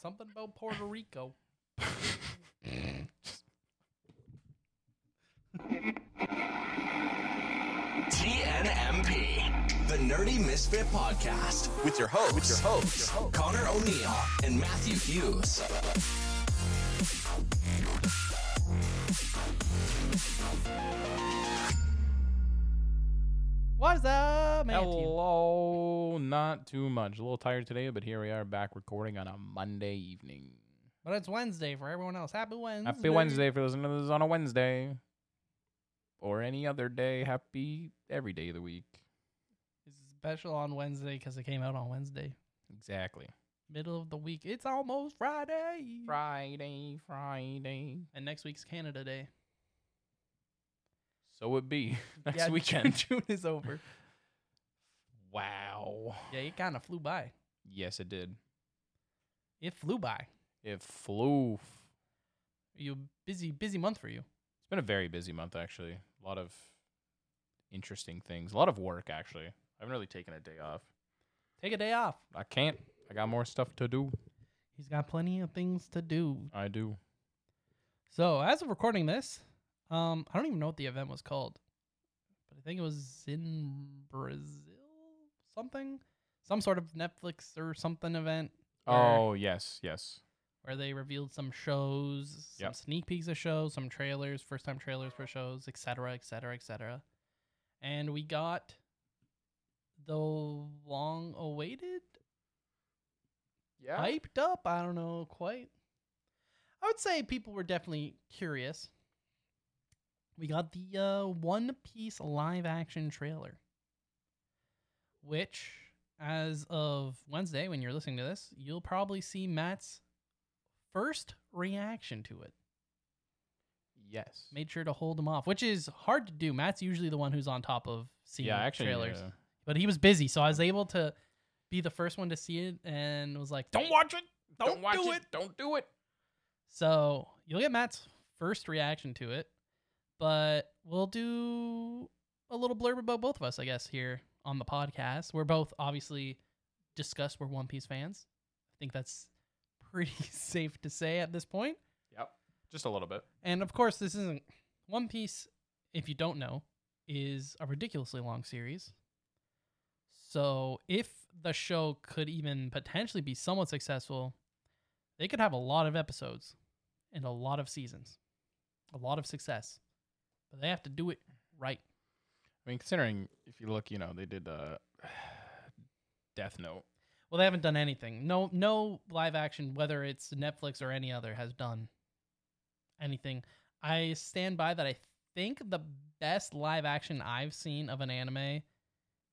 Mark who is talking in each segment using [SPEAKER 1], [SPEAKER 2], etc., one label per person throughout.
[SPEAKER 1] Something about Puerto Rico.
[SPEAKER 2] TNMP, the Nerdy Misfit Podcast, with your hosts, with your hosts, Connor O'Neill and Matthew Hughes.
[SPEAKER 3] What's up, Matthew?
[SPEAKER 1] Hello. Not too much. A little tired today, but here we are back recording on a Monday evening.
[SPEAKER 3] But it's Wednesday for everyone else. Happy Wednesday.
[SPEAKER 1] Happy Wednesday for listening to this on a Wednesday. Or any other day. Happy every day of the week.
[SPEAKER 3] It's special on Wednesday because it came out on Wednesday.
[SPEAKER 1] Exactly.
[SPEAKER 3] Mm. Middle of the week. It's almost Friday.
[SPEAKER 1] Friday, Friday.
[SPEAKER 3] and next week's Canada Day.
[SPEAKER 1] So it be. Next
[SPEAKER 3] Yeah,
[SPEAKER 1] weekend.
[SPEAKER 3] June is over.
[SPEAKER 1] wow.
[SPEAKER 3] Yeah, it kind of flew by.
[SPEAKER 1] Yes, it did.
[SPEAKER 3] It flew by.
[SPEAKER 1] It flew.
[SPEAKER 3] You busy, busy month for you.
[SPEAKER 1] It's been a very busy month, actually. A lot of interesting things. A lot of work, actually. I haven't really taken a day off.
[SPEAKER 3] Take a day off.
[SPEAKER 1] I can't. I got more stuff to do.
[SPEAKER 3] He's got plenty of things to do.
[SPEAKER 1] I do.
[SPEAKER 3] So as of recording this, um, I don't even know what the event was called, but I think it was in Brazil, something, some sort of Netflix or something event. where-
[SPEAKER 1] Oh, yes, yes.
[SPEAKER 3] where they revealed some shows, some
[SPEAKER 1] Yep.
[SPEAKER 3] sneak peeks of shows, some trailers, first time trailers for shows, etc., etc., etc. And we got the long awaited,
[SPEAKER 1] Yeah.
[SPEAKER 3] hyped up. I don't know quite. I would say people were definitely curious. We got the uh, One Piece live action trailer, which, as of Wednesday, when you're listening to this, you'll probably see Matt's first reaction to it.
[SPEAKER 1] yes.
[SPEAKER 3] made sure to hold him off, which is hard to do. Matt's usually the one who's on top of seeing
[SPEAKER 1] yeah, actually.
[SPEAKER 3] trailers,
[SPEAKER 1] uh,
[SPEAKER 3] but he was busy, so I was able to be the first one to see it and was like, "Don't watch it, don't,
[SPEAKER 1] watch
[SPEAKER 3] do it.
[SPEAKER 1] Don't do it.
[SPEAKER 3] So you'll get Matt's first reaction to it, but we'll do a little blurb about both of us, I guess, here on the podcast. We're both obviously discussed we're One Piece fans. I think that's pretty safe to say at this point.
[SPEAKER 1] Yep. Just a little bit.
[SPEAKER 3] And of course, this isn't One Piece. If you don't know, is a ridiculously long series. So if the show could even potentially be somewhat successful, they could have a lot of episodes and a lot of seasons, a lot of success. But they have to do it right.
[SPEAKER 1] I mean, considering if you look, you know, they did uh, Death Note.
[SPEAKER 3] Well, they haven't done anything. No, no live action, whether it's Netflix or any other, has done anything. I stand by that. I think the best live action I've seen of an anime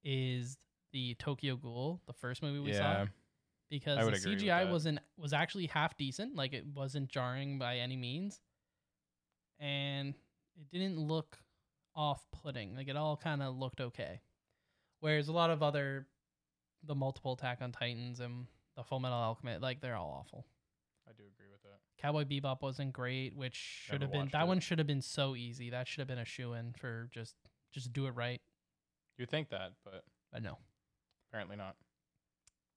[SPEAKER 3] is the Tokyo Ghoul, the first movie we
[SPEAKER 1] yeah.
[SPEAKER 3] saw, because
[SPEAKER 1] I would
[SPEAKER 3] the
[SPEAKER 1] agree with
[SPEAKER 3] CGI
[SPEAKER 1] that.
[SPEAKER 3] wasn't was actually half decent. Like it wasn't jarring by any means, and it didn't look off putting. Like it all kind of looked okay. Whereas a lot of other, the multiple Attack on Titans and the Full Metal Alchemist, like they're all awful.
[SPEAKER 1] I do agree with that.
[SPEAKER 3] Cowboy Bebop wasn't great, which should
[SPEAKER 1] Never
[SPEAKER 3] have been
[SPEAKER 1] watched
[SPEAKER 3] that
[SPEAKER 1] it.
[SPEAKER 3] one should have been so easy. That should have been a shoe in for just just do it right.
[SPEAKER 1] You think that, but
[SPEAKER 3] But no.
[SPEAKER 1] apparently not.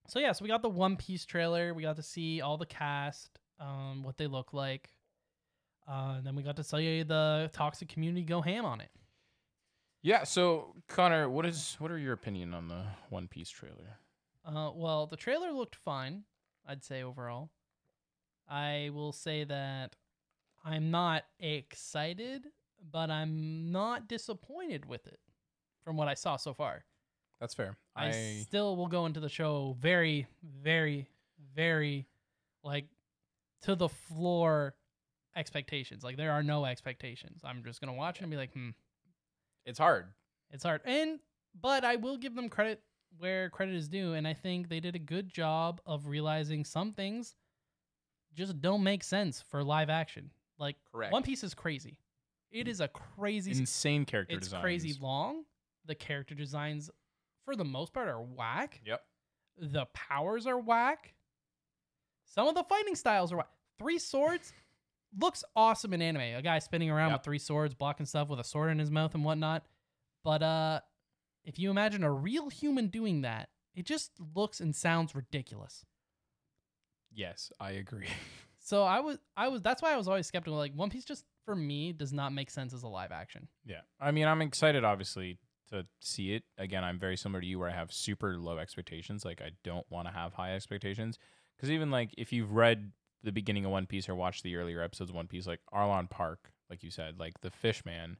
[SPEAKER 3] So yeah, so we got the One Piece trailer. We got to see all the cast, um, what they look like. Uh, and then we got to see the toxic community go ham on it.
[SPEAKER 1] Yeah. So, Connor, what is what are your opinion on the One Piece trailer?
[SPEAKER 3] Uh, well, the trailer looked fine, I'd say overall. I will say that I'm not excited, but I'm not disappointed with it from what I saw so far.
[SPEAKER 1] That's fair.
[SPEAKER 3] I,
[SPEAKER 1] I
[SPEAKER 3] still will go into the show very, very, very like to the floor expectations. Like there are no expectations. I'm just gonna watch it and be like, hmm,
[SPEAKER 1] it's hard.
[SPEAKER 3] it's hard. And but I will give them credit where credit is due, and I think they did a good job of realizing some things just don't make sense for live action. Like
[SPEAKER 1] Correct.
[SPEAKER 3] One Piece is crazy. It is a crazy
[SPEAKER 1] Insane character
[SPEAKER 3] it's
[SPEAKER 1] designs.
[SPEAKER 3] crazy long. The character designs for the most part are whack.
[SPEAKER 1] Yep.
[SPEAKER 3] The powers are whack. Some of the fighting styles are whack. Three swords looks awesome in anime. A guy spinning around
[SPEAKER 1] Yep.
[SPEAKER 3] with three swords, blocking stuff with a sword in his mouth and whatnot. But uh if you imagine a real human doing that, it just looks and sounds ridiculous.
[SPEAKER 1] Yes, I agree.
[SPEAKER 3] So I was I was that's why I was always skeptical. Like One Piece just for me does not make sense as a live action.
[SPEAKER 1] yeah. I mean, I'm excited, obviously, to see it. Again, I'm very similar to you where I have super low expectations. Like, I don't want to have high expectations. Because even, like, if you've read the beginning of One Piece or watched the earlier episodes of One Piece, like Arlon Park, like you said, like the fish man,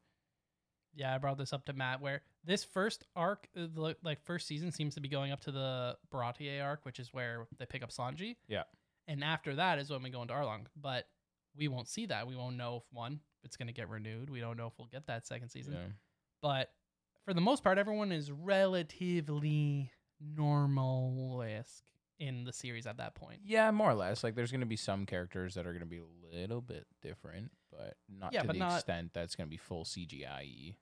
[SPEAKER 3] Yeah, I brought this up to Matt where this first arc, uh, the, like first season, seems to be going up to the Baratier arc, which is where they pick up Sanji.
[SPEAKER 1] Yeah.
[SPEAKER 3] And after that is when we go into Arlong, but we won't see that. We won't know if one, if it's going to get renewed. We don't know if we'll get that second
[SPEAKER 1] you
[SPEAKER 3] season.
[SPEAKER 1] know,
[SPEAKER 3] But for the most part, everyone is relatively normal esque in the series at that point.
[SPEAKER 1] Yeah, more or less. Like, there's going to be some characters that are going to be a little bit different, but not
[SPEAKER 3] Yeah,
[SPEAKER 1] to
[SPEAKER 3] but
[SPEAKER 1] the
[SPEAKER 3] not-
[SPEAKER 1] extent that's going to be full CGI.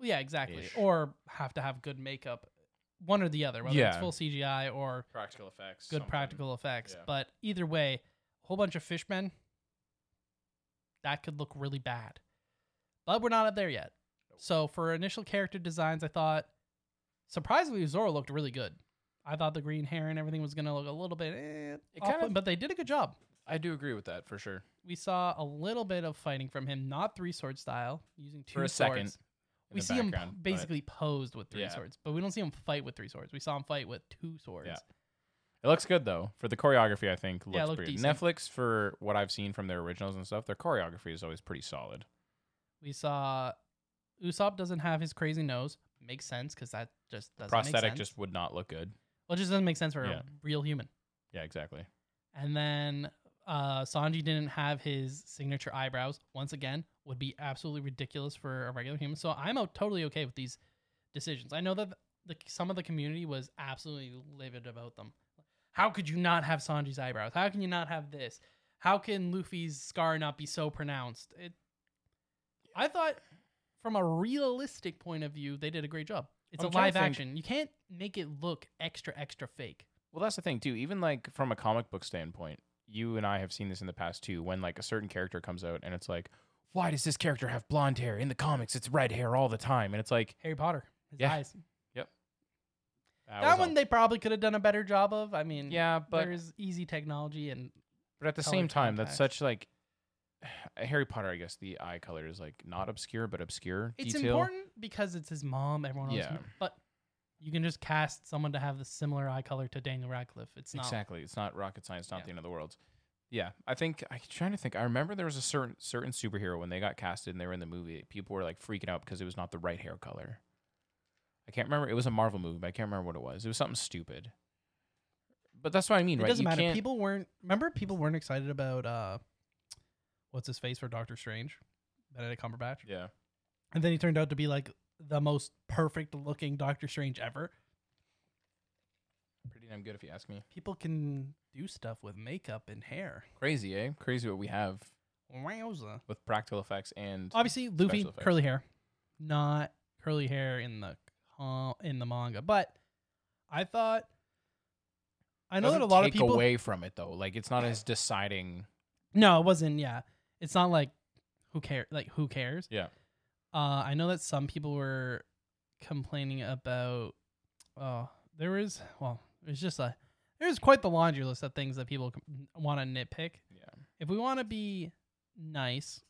[SPEAKER 3] Yeah, exactly.
[SPEAKER 1] Ish.
[SPEAKER 3] Or have to have good makeup, one or the other, whether it's
[SPEAKER 1] Yeah.
[SPEAKER 3] full CGI or
[SPEAKER 1] Practical effects.
[SPEAKER 3] good practical effects.
[SPEAKER 1] Yeah.
[SPEAKER 3] But either way, a whole bunch of fishmen, that could look really bad. But we're not up there yet. So for initial character designs, I thought surprisingly Zoro looked really good. I thought the green hair and everything was gonna look a little bit, eh,
[SPEAKER 1] It
[SPEAKER 3] off,
[SPEAKER 1] kind of-
[SPEAKER 3] but they did a good job.
[SPEAKER 1] I do agree with that for sure.
[SPEAKER 3] We saw a little bit of fighting from him, not three sword style, using two
[SPEAKER 1] For a
[SPEAKER 3] swords.
[SPEAKER 1] second. in
[SPEAKER 3] we
[SPEAKER 1] the
[SPEAKER 3] see him p-
[SPEAKER 1] background, but-
[SPEAKER 3] basically posed with three
[SPEAKER 1] Yeah.
[SPEAKER 3] swords, but we don't see him fight with three swords. We saw him fight with two swords.
[SPEAKER 1] Yeah. It looks good though for the choreography. I think looks
[SPEAKER 3] Yeah, it looked
[SPEAKER 1] pretty.
[SPEAKER 3] decent.
[SPEAKER 1] Netflix for what I've seen from their originals and stuff, their choreography is always pretty solid.
[SPEAKER 3] We saw Usopp doesn't have his crazy nose. Makes sense because that just doesn't make
[SPEAKER 1] Prosthetic
[SPEAKER 3] sense.
[SPEAKER 1] just would not look good.
[SPEAKER 3] well, it just doesn't make sense for
[SPEAKER 1] Yeah.
[SPEAKER 3] a real human.
[SPEAKER 1] Yeah, exactly.
[SPEAKER 3] And then uh, Sanji didn't have his signature eyebrows. Once again, would be absolutely ridiculous for a regular human. So I'm o- totally okay with these decisions. I know that the, some of the community was absolutely livid about them. How could you not have Sanji's eyebrows? How can you not have this? How can Luffy's scar not be so pronounced? It, I thought, from a realistic point of view, they did a great job. It's
[SPEAKER 1] I'm
[SPEAKER 3] a
[SPEAKER 1] trying
[SPEAKER 3] live
[SPEAKER 1] to think-
[SPEAKER 3] action. You can't make it look extra, extra fake.
[SPEAKER 1] Well, that's the thing too. Even like from a comic book standpoint, you and I have seen this in the past too. When like a certain character comes out and it's like, why does this character have blonde hair? In the comics, it's red hair all the time, and it's like
[SPEAKER 3] Harry Potter, his
[SPEAKER 1] Yeah.
[SPEAKER 3] eyes.
[SPEAKER 1] that,
[SPEAKER 3] that
[SPEAKER 1] was
[SPEAKER 3] one
[SPEAKER 1] all-
[SPEAKER 3] they probably could have done a better job of. I mean,
[SPEAKER 1] yeah, but
[SPEAKER 3] there's easy technology and
[SPEAKER 1] But at the
[SPEAKER 3] color
[SPEAKER 1] same time, that's
[SPEAKER 3] contacts.
[SPEAKER 1] such like Harry Potter. I guess the eye color is like not obscure, but obscure.
[SPEAKER 3] it's
[SPEAKER 1] detail.
[SPEAKER 3] important because it's his mom. Everyone else,
[SPEAKER 1] Yeah.
[SPEAKER 3] but you can just cast someone to have the similar eye color to Daniel Radcliffe. It's not
[SPEAKER 1] Exactly. It's not rocket science. Not
[SPEAKER 3] Yeah.
[SPEAKER 1] the end of the world. Yeah, I think I'm trying to think. I remember there was a certain certain superhero when they got casted and they were in the movie. People were like freaking out because it was not the right hair color. I can't remember. It was a Marvel movie, but I can't remember what it was. It was something stupid. But that's what I mean,
[SPEAKER 3] It
[SPEAKER 1] right?
[SPEAKER 3] doesn't
[SPEAKER 1] You
[SPEAKER 3] matter.
[SPEAKER 1] can't-
[SPEAKER 3] People weren't remember. People weren't excited about uh, what's his face for Doctor Strange, Benedict Cumberbatch,
[SPEAKER 1] Yeah.
[SPEAKER 3] and then he turned out to be like the most perfect looking Doctor Strange ever.
[SPEAKER 1] Pretty damn good if you ask me.
[SPEAKER 3] People can do stuff with makeup and hair.
[SPEAKER 1] Crazy, eh? Crazy what we have
[SPEAKER 3] Wowza.
[SPEAKER 1] with practical effects and
[SPEAKER 3] obviously Luffy
[SPEAKER 1] effects.
[SPEAKER 3] curly hair, not curly hair in the co- in the manga. But I thought I know that a
[SPEAKER 1] Doesn't
[SPEAKER 3] lot
[SPEAKER 1] take
[SPEAKER 3] of people
[SPEAKER 1] away from it though. Like it's not as deciding.
[SPEAKER 3] no, it wasn't. Yeah, it's not like who care like who cares.
[SPEAKER 1] Yeah.
[SPEAKER 3] Uh, I know that some people were complaining about. Oh, there was well, there's just a there's quite the laundry list of things that people want to nitpick.
[SPEAKER 1] Yeah.
[SPEAKER 3] if we want to be nice,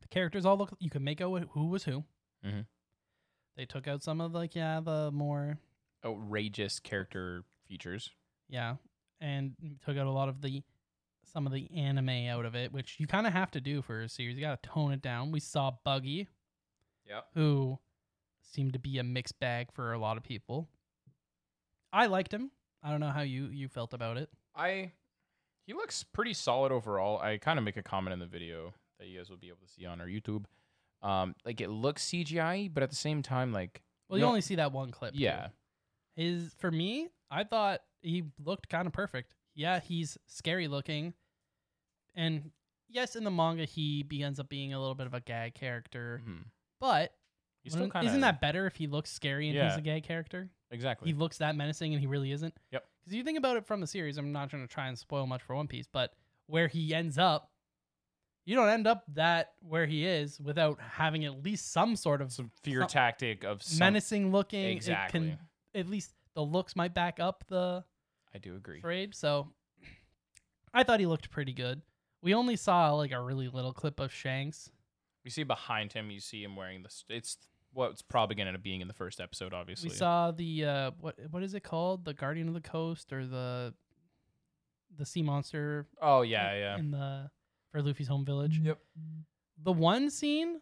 [SPEAKER 3] the characters all look. You can make out wh- who was who.
[SPEAKER 1] Mhm.
[SPEAKER 3] They took out some of like yeah the more
[SPEAKER 1] Outrageous character features.
[SPEAKER 3] yeah, and took out a lot of the some of the anime out of it, which you kind of have to do for a series. You got to tone it down. We saw Buggy,
[SPEAKER 1] Yep.
[SPEAKER 3] who seemed to be a mixed bag for a lot of people. I liked him. I don't know how you you felt about it.
[SPEAKER 1] I he looks pretty solid overall. I kind of make a comment in the video that you guys will be able to see on our YouTube. Um, like it looks CGI, but at the same time, like
[SPEAKER 3] Well, you
[SPEAKER 1] No.
[SPEAKER 3] only see that one clip. too.
[SPEAKER 1] yeah,
[SPEAKER 3] His for me, I thought he looked kind of perfect. Yeah, he's scary looking, and yes, in the manga he be- ends up being a little bit of a gag character.
[SPEAKER 1] Mhm.
[SPEAKER 3] But
[SPEAKER 1] he's still
[SPEAKER 3] wouldn't-
[SPEAKER 1] kind of
[SPEAKER 3] isn't that better if he looks scary and he's
[SPEAKER 1] Yeah.
[SPEAKER 3] a gag character?
[SPEAKER 1] exactly?
[SPEAKER 3] He looks that menacing and he really isn't.
[SPEAKER 1] Yep.
[SPEAKER 3] Because you think about it from the series, I'm not trying to try and spoil much for One Piece, but where he ends up, you don't end up that where he is without having at least some sort of
[SPEAKER 1] some fear
[SPEAKER 3] some-
[SPEAKER 1] tactic of some,
[SPEAKER 3] menacing looking. it
[SPEAKER 1] Exactly.
[SPEAKER 3] can, at least the looks might back up the
[SPEAKER 1] I do agree.
[SPEAKER 3] trade. So I thought he looked pretty good. We only saw like a really little clip of Shanks.
[SPEAKER 1] You see behind him, you see him wearing this. It's what's probably going to end up being in the first episode, obviously.
[SPEAKER 3] We saw the uh, what what is it called? The Guardian of the Coast or the the sea monster
[SPEAKER 1] oh, yeah, yeah.
[SPEAKER 3] in the for Luffy's home village.
[SPEAKER 1] Yep.
[SPEAKER 3] The one scene,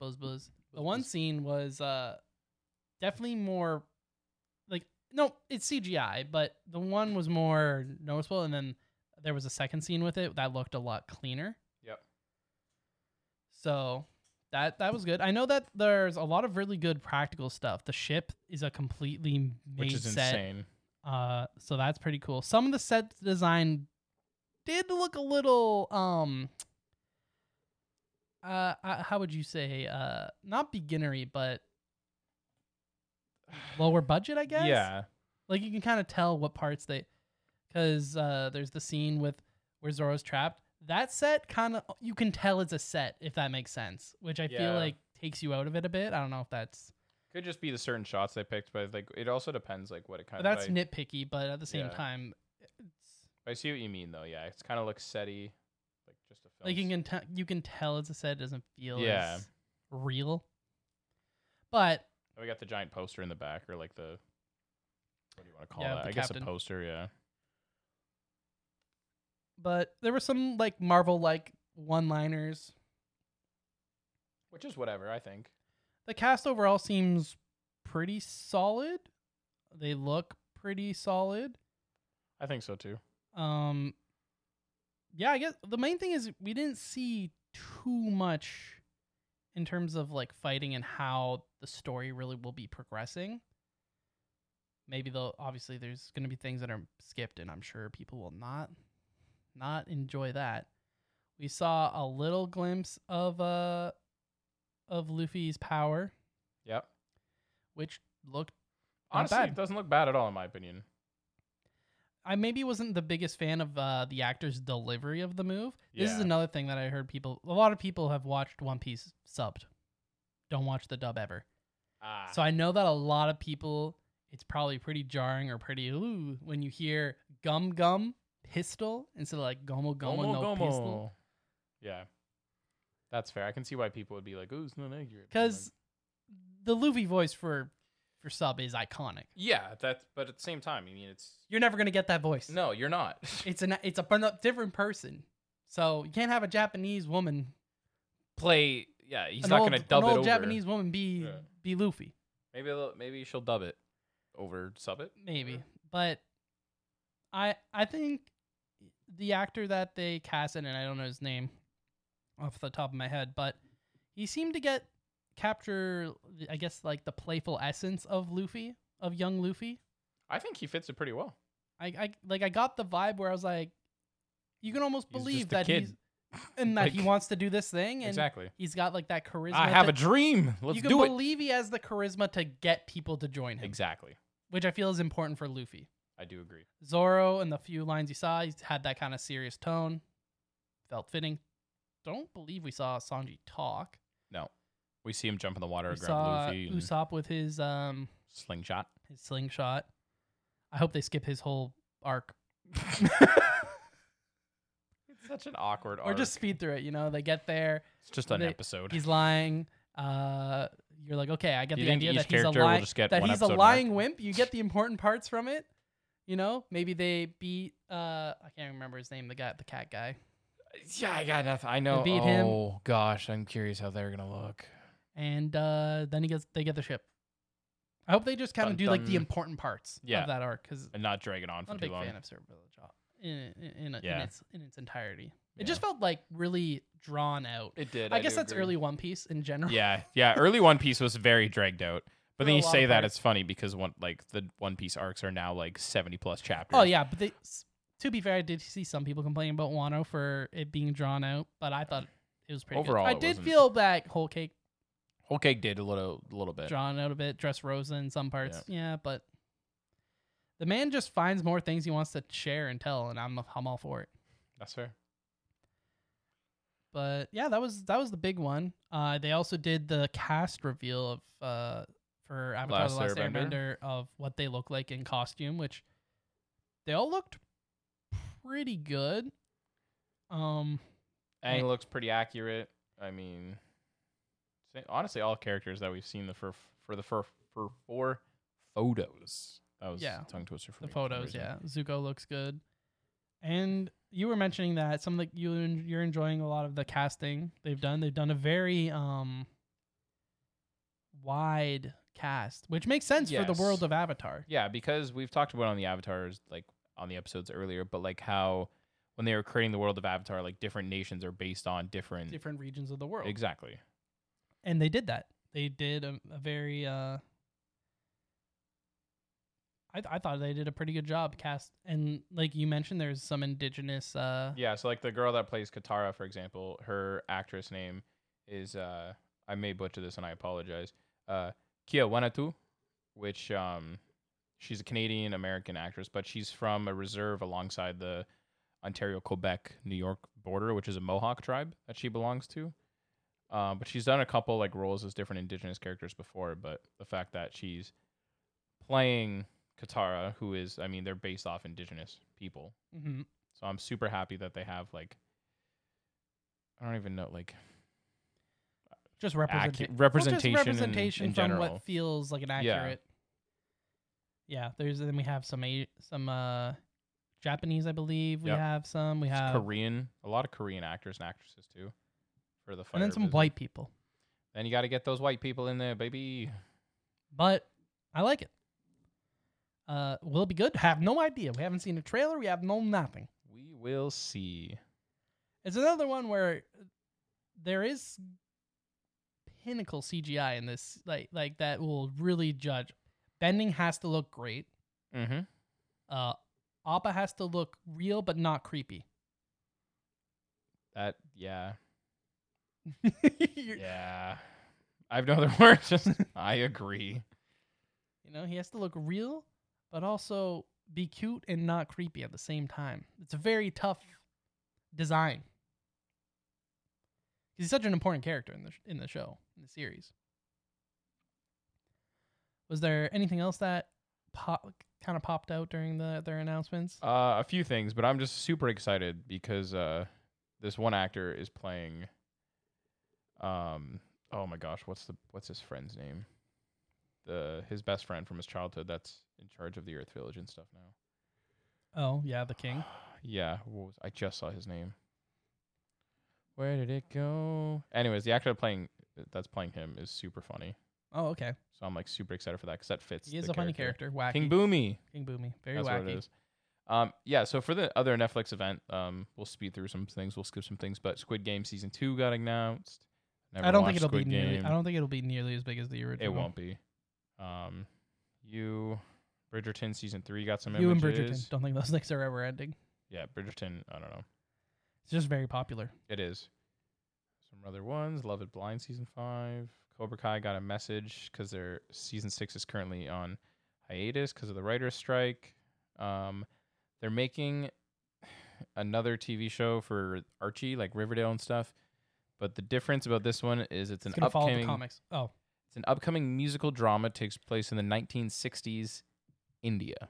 [SPEAKER 3] buzz buzz. The
[SPEAKER 1] Buzz,
[SPEAKER 3] one
[SPEAKER 1] buzz.
[SPEAKER 3] scene was uh, definitely more like no, it's CGI, but the one was more noticeable, and then there was a second scene with it that looked a lot cleaner.
[SPEAKER 1] Yep.
[SPEAKER 3] So that that was good. I know that there's a lot of really good practical stuff. The ship is a completely made
[SPEAKER 1] Which is
[SPEAKER 3] set.
[SPEAKER 1] insane.
[SPEAKER 3] Uh, so that's pretty cool. Some of the set design did look a little um uh uh, how would you say uh not beginnery but lower budget I guess
[SPEAKER 1] Yeah.
[SPEAKER 3] like you can kind of tell what parts they because uh there's the scene with where Zoro's trapped that set kind of you can tell it's a set if that makes sense which I feel
[SPEAKER 1] Yeah.
[SPEAKER 3] like takes you out of it a bit I don't know if that's
[SPEAKER 1] Could just be the certain shots they picked, but like it also depends like what it kind of.
[SPEAKER 3] that's
[SPEAKER 1] I,
[SPEAKER 3] nitpicky but at the same
[SPEAKER 1] Yeah.
[SPEAKER 3] time it's
[SPEAKER 1] I see what you mean though. Yeah, it's kind of looks setty, like just a film.
[SPEAKER 3] Like you
[SPEAKER 1] s-
[SPEAKER 3] can tell, you can tell it's a set. It doesn't feel
[SPEAKER 1] Yeah.
[SPEAKER 3] as real. But
[SPEAKER 1] Oh, we got the giant poster in the back, or like the what do you want to call
[SPEAKER 3] Yeah,
[SPEAKER 1] that?
[SPEAKER 3] the
[SPEAKER 1] I guess a
[SPEAKER 3] captain.
[SPEAKER 1] poster. Yeah.
[SPEAKER 3] but there were some like Marvel like one liners.
[SPEAKER 1] Which is whatever I think.
[SPEAKER 3] The cast overall seems pretty solid. They look pretty solid.
[SPEAKER 1] I think so too.
[SPEAKER 3] Um, yeah, I guess the main thing is we didn't see too much in terms of like fighting and how the story really will be progressing. Maybe they'll obviously there's going to be things that are skipped, and I'm sure people will not not enjoy that. We saw a little glimpse of uh of Luffy's power,
[SPEAKER 1] Yep.
[SPEAKER 3] which looked Not
[SPEAKER 1] Honestly,
[SPEAKER 3] bad.
[SPEAKER 1] it doesn't look bad at all in my opinion.
[SPEAKER 3] I maybe wasn't the biggest fan of uh, the actor's delivery of the move. This is
[SPEAKER 1] Yeah.
[SPEAKER 3] another thing that I heard people. A lot of people have watched One Piece subbed. Don't watch the dub ever.
[SPEAKER 1] Ah.
[SPEAKER 3] So I know that a lot of people. It's probably pretty jarring or pretty ooh when you hear gum gum pistol instead of like gomo gomo, no pistol.
[SPEAKER 1] Yeah. That's fair. I can see why people would be like, "Ooh, it's not accurate." but I'm like,
[SPEAKER 3] Because the Luffy voice for for sub is iconic.
[SPEAKER 1] yeah, that's. But at the same time, I mean, it's
[SPEAKER 3] You're never gonna get that voice.
[SPEAKER 1] no, you're not.
[SPEAKER 3] it's an it's a bun- different person. So you can't have a Japanese woman
[SPEAKER 1] play. Yeah, he's
[SPEAKER 3] an
[SPEAKER 1] not
[SPEAKER 3] old-
[SPEAKER 1] gonna dub
[SPEAKER 3] an
[SPEAKER 1] it
[SPEAKER 3] old
[SPEAKER 1] over.
[SPEAKER 3] Japanese woman be
[SPEAKER 1] Yeah.
[SPEAKER 3] be Luffy,
[SPEAKER 1] Maybe they'll- maybe she'll dub it over sub it.
[SPEAKER 3] maybe.
[SPEAKER 1] Sure.
[SPEAKER 3] But I I think the actor that they cast in, and I don't know his name off the top of my head, but he seemed to get capture, I guess, like the playful essence of Luffy, of young Luffy.
[SPEAKER 1] I think he fits it pretty well.
[SPEAKER 3] I, I like I got the vibe where I was like, you can almost
[SPEAKER 1] He's just
[SPEAKER 3] believe
[SPEAKER 1] a
[SPEAKER 3] that
[SPEAKER 1] kid.
[SPEAKER 3] he's and that he
[SPEAKER 1] Like-
[SPEAKER 3] wants to do this thing, and
[SPEAKER 1] exactly.
[SPEAKER 3] he's got like that charisma.
[SPEAKER 1] I have
[SPEAKER 3] to-
[SPEAKER 1] a dream. Let's
[SPEAKER 3] you can
[SPEAKER 1] do it.
[SPEAKER 3] believe he has the charisma to get people to join him.
[SPEAKER 1] Exactly.
[SPEAKER 3] which I feel is important for Luffy.
[SPEAKER 1] I do agree.
[SPEAKER 3] Zoro and the few lines you saw, he had that kind of serious tone, felt fitting. Don't believe we saw Sanji talk.
[SPEAKER 1] No, we see him jump in the water,
[SPEAKER 3] We
[SPEAKER 1] grab
[SPEAKER 3] saw
[SPEAKER 1] Luffy, and
[SPEAKER 3] Usopp with his um
[SPEAKER 1] slingshot.
[SPEAKER 3] his slingshot. I hope they skip his whole arc
[SPEAKER 1] It's such an awkward
[SPEAKER 3] or just speed through it. You know, they get there,
[SPEAKER 1] it's just an
[SPEAKER 3] they-
[SPEAKER 1] episode.
[SPEAKER 3] he's lying. Uh, you're like, okay, I get
[SPEAKER 1] You
[SPEAKER 3] the
[SPEAKER 1] think
[SPEAKER 3] idea
[SPEAKER 1] each
[SPEAKER 3] that he's a
[SPEAKER 1] character will
[SPEAKER 3] lying
[SPEAKER 1] just get
[SPEAKER 3] that
[SPEAKER 1] one
[SPEAKER 3] he's a
[SPEAKER 1] episode
[SPEAKER 3] lying
[SPEAKER 1] arc?
[SPEAKER 3] wimp. You get the important parts from it. You know, maybe they beat uh I can't remember his name, the guy, the cat guy.
[SPEAKER 1] yeah, I got nothing. I know.
[SPEAKER 3] beat him.
[SPEAKER 1] oh gosh, I'm curious how they're gonna look.
[SPEAKER 3] and uh, then he gets they get the ship. I hope they just kind
[SPEAKER 1] Dun
[SPEAKER 3] of do like the
[SPEAKER 1] dun.
[SPEAKER 3] important parts
[SPEAKER 1] Yeah.
[SPEAKER 3] of that arc because I'm
[SPEAKER 1] And not drag it on for
[SPEAKER 3] not a
[SPEAKER 1] too
[SPEAKER 3] big
[SPEAKER 1] long.
[SPEAKER 3] fan of Sir Village Hall in in, in,
[SPEAKER 1] Yeah.
[SPEAKER 3] in its in its entirety. It
[SPEAKER 1] Yeah.
[SPEAKER 3] just felt like really drawn out.
[SPEAKER 1] It did.
[SPEAKER 3] I, guess that's early One Piece in general.
[SPEAKER 1] Yeah, yeah. Early One Piece was very dragged out.
[SPEAKER 3] There
[SPEAKER 1] But then
[SPEAKER 3] were a
[SPEAKER 1] you
[SPEAKER 3] lot
[SPEAKER 1] say
[SPEAKER 3] of
[SPEAKER 1] that
[SPEAKER 3] parts.
[SPEAKER 1] it's funny because one like the One Piece arcs are now like seventy plus chapters.
[SPEAKER 3] Oh yeah, but they, s- to be fair, I did see some people complaining about Wano for it being drawn out, but I thought it was pretty. good.
[SPEAKER 1] Overall,
[SPEAKER 3] I
[SPEAKER 1] it
[SPEAKER 3] did
[SPEAKER 1] wasn't-
[SPEAKER 3] feel that whole cake
[SPEAKER 1] Whole Cake did a little, little bit.
[SPEAKER 3] drawn out a bit. Dress Rosa in some parts, yeah, but the man just finds more things he wants to share and tell, and I'm I'm all for it.
[SPEAKER 1] That's fair.
[SPEAKER 3] but yeah, that was that was the big one. Uh, they also did the cast reveal of uh, for Avatar:
[SPEAKER 1] Last
[SPEAKER 3] The Last
[SPEAKER 1] Airbender.
[SPEAKER 3] Airbender. of what they look like in costume, which they all looked pretty good. Um,
[SPEAKER 1] Aang
[SPEAKER 3] Right.
[SPEAKER 1] looks pretty accurate. I mean, sa- honestly, all characters that we've seen the for for the for for four photos. That was
[SPEAKER 3] Yeah.
[SPEAKER 1] a tongue twister for
[SPEAKER 3] the
[SPEAKER 1] me. for some
[SPEAKER 3] photos,
[SPEAKER 1] reason.
[SPEAKER 3] yeah. Zuko looks good. And you were mentioning that some of the you en- you're enjoying a lot of the casting they've done. They've done a very um wide cast, which makes sense for
[SPEAKER 1] Yes.
[SPEAKER 3] the world of Avatar.
[SPEAKER 1] Yeah, because we've talked about it on the avatars, like on the episodes earlier, but like how when they were creating the world of Avatar, like different nations are based on different.
[SPEAKER 3] Different regions of the world.
[SPEAKER 1] Exactly.
[SPEAKER 3] and they did that. They did a, a very. Uh, I th- I thought they did a pretty good job cast, and like you mentioned, there's some indigenous. Uh,
[SPEAKER 1] Yeah, so like the girl that plays Katara, for example, her actress name is uh I may butcher this and I apologize. Uh Kia Wanatu, which um she's a Canadian American actress, but she's from a reserve alongside the Ontario Quebec New York border, which is a Mohawk tribe that she belongs to. Um, but she's done a couple like roles as different indigenous characters before, but the fact that she's playing Katara, who is I mean, they're based off indigenous people.
[SPEAKER 3] mhm.
[SPEAKER 1] So I'm super happy that they have like I don't even know like
[SPEAKER 3] just, representa-
[SPEAKER 1] accu-
[SPEAKER 3] well,
[SPEAKER 1] representation in-
[SPEAKER 3] just representation
[SPEAKER 1] in
[SPEAKER 3] from
[SPEAKER 1] general.
[SPEAKER 3] what feels like an accurate. Yeah, there's then we have some a- some uh, Japanese, I believe. We
[SPEAKER 1] Yep.
[SPEAKER 3] have some. We
[SPEAKER 1] it's
[SPEAKER 3] have
[SPEAKER 1] Korean, a lot of Korean actors and actresses too for the fire.
[SPEAKER 3] and then some
[SPEAKER 1] visit.
[SPEAKER 3] white people.
[SPEAKER 1] Then you got to get those white people in there, baby.
[SPEAKER 3] but I like it. Uh, will it be good? Have no idea. We haven't seen a trailer. We have no nothing.
[SPEAKER 1] We will see.
[SPEAKER 3] It's another one where there is pinnacle CGI in this, like like that will really judge. Bending has to look great.
[SPEAKER 1] Mm-hmm.
[SPEAKER 3] Uh, Appa has to look real but not creepy.
[SPEAKER 1] That yeah
[SPEAKER 3] you
[SPEAKER 1] yeah. I have no other words. Just I agree.
[SPEAKER 3] know, he has to look real but also be cute and not creepy at the same time. It's a very tough design. He's such an important character in the sh- in the show, in the series. Was there anything else that pop, kind of popped out during the their announcements?
[SPEAKER 1] Uh, a few things, but I'm just super excited because uh, this one actor is playing. Um. Oh my gosh, what's the what's his friend's name? The his best friend from his childhood that's in charge of the Earth Village and stuff now.
[SPEAKER 3] oh, yeah, the king.
[SPEAKER 1] Yeah, what was, I just saw his name. Where did it go? Anyways, the actor playing that's playing him is super funny,
[SPEAKER 3] Oh, okay.
[SPEAKER 1] so I'm like super excited for that because that fits.
[SPEAKER 3] He is
[SPEAKER 1] the
[SPEAKER 3] a funny character. Wacky.
[SPEAKER 1] King Boomy.
[SPEAKER 3] King Boomy. Very
[SPEAKER 1] That's
[SPEAKER 3] wacky.
[SPEAKER 1] what it is. Um, yeah. So for the other Netflix event, um, we'll speed through some things. We'll skip some things, but Squid Game season two got announced. Never
[SPEAKER 3] I don't
[SPEAKER 1] watched
[SPEAKER 3] think it'll
[SPEAKER 1] Squid
[SPEAKER 3] be nearly,
[SPEAKER 1] Game.
[SPEAKER 3] I don't think it'll be nearly as big as the
[SPEAKER 1] it
[SPEAKER 3] original.
[SPEAKER 1] won't be. Um, you, Bridgerton season three got some
[SPEAKER 3] You and
[SPEAKER 1] images.
[SPEAKER 3] Bridgerton. Don't think those things are ever ending.
[SPEAKER 1] Yeah, Bridgerton. I don't know.
[SPEAKER 3] It's just very popular.
[SPEAKER 1] It is. Some other ones. Love It Blind season five. Cobra Kai got a message because their season six is currently on hiatus because of the writers' strike. Um, they're making another TV show for Archie, like Riverdale and stuff. But the difference about this one is it's an
[SPEAKER 3] it's gonna follow the
[SPEAKER 1] upcoming
[SPEAKER 3] comics. Oh,
[SPEAKER 1] it's an upcoming musical drama takes place in the 1960s India.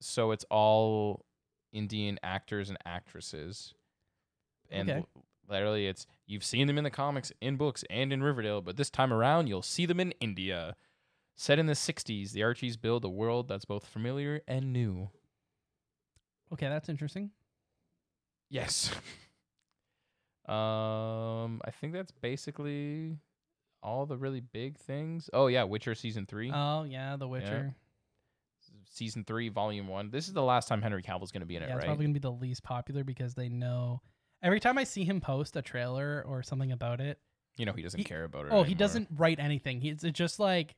[SPEAKER 1] So it's all Indian actors and actresses. And
[SPEAKER 3] Okay.
[SPEAKER 1] l- literally it's you've seen them in the comics, in books, and in Riverdale, but this time around you'll see them in India. Set in the 60s, the Archies build a world that's both familiar and new.
[SPEAKER 3] okay, that's interesting.
[SPEAKER 1] Yes. um, I think that's basically all the really big things. Oh yeah, Witcher season three,
[SPEAKER 3] Oh yeah, The Witcher.
[SPEAKER 1] season three, volume one. This is the last time Henry Cavill's gonna be
[SPEAKER 3] Yeah,
[SPEAKER 1] in it,
[SPEAKER 3] it's
[SPEAKER 1] right?
[SPEAKER 3] probably gonna be the least popular because they know. Every time I see him post a trailer or something about it,
[SPEAKER 1] you know he doesn't
[SPEAKER 3] He-
[SPEAKER 1] care about it.
[SPEAKER 3] oh, he doesn't write anything. He's it's just like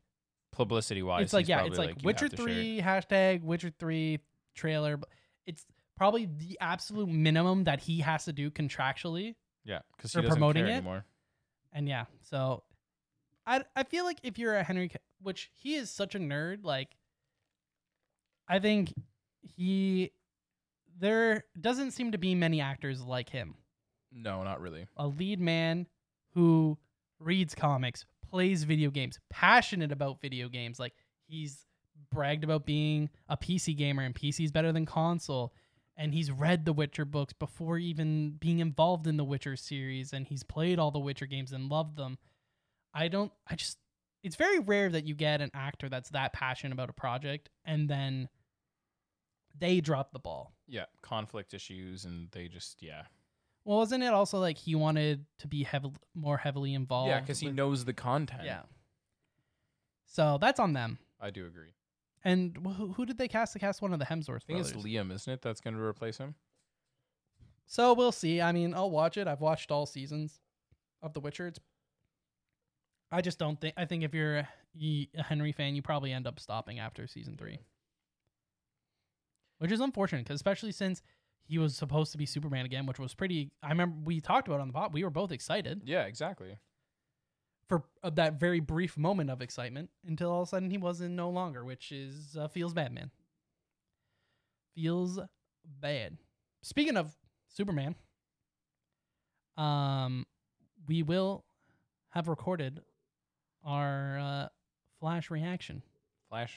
[SPEAKER 1] Publicity wise,
[SPEAKER 3] it's like yeah, it's like, Witcher three hashtag Witcher three trailer. But it's probably the absolute minimum that he has to do contractually.
[SPEAKER 1] Yeah, because
[SPEAKER 3] for
[SPEAKER 1] he doesn't
[SPEAKER 3] promoting
[SPEAKER 1] care
[SPEAKER 3] it.
[SPEAKER 1] anymore.
[SPEAKER 3] And yeah, so I I feel like if you're a Henry, Ca- which he is such a nerd, like I think he there doesn't seem to be many actors like him,
[SPEAKER 1] No, not really.
[SPEAKER 3] a lead man who reads comics, plays video games, passionate about video games, like he's bragged about being a PC gamer and PC's better than console. and he's read the Witcher books before even being involved in the Witcher series and he's played all the Witcher games and loved them. I don't I just it's very rare that you get an actor that's that passionate about a project and then they drop the ball.
[SPEAKER 1] Yeah, conflict issues, and they just yeah,
[SPEAKER 3] Well, wasn't it also like he wanted to be heav- more heavily involved?
[SPEAKER 1] yeah, because he
[SPEAKER 3] with-
[SPEAKER 1] knows the content.
[SPEAKER 3] Yeah. So that's on them.
[SPEAKER 1] I do agree. I
[SPEAKER 3] And wh- who, who did they cast? They cast one of the Hemsworth
[SPEAKER 1] think
[SPEAKER 3] brothers.
[SPEAKER 1] it's Liam, isn't it? That's going to replace him.
[SPEAKER 3] so we'll see. I mean, I'll watch it. I've watched all seasons of The Witcher. It's, I just don't think. I think if you're a- y- a Henry fan, you probably end up stopping after season three, which is unfortunate, 'cause especially since he was supposed to be Superman again, which was pretty. I remember we talked about it on the pod. We were both excited
[SPEAKER 1] Yeah, exactly.
[SPEAKER 3] for uh, that very brief moment of excitement until all of a sudden he wasn't no longer, which is uh, feels bad, man. Feels bad. Speaking of Superman, um, we will have recorded our uh, Flash reaction,
[SPEAKER 1] Flash.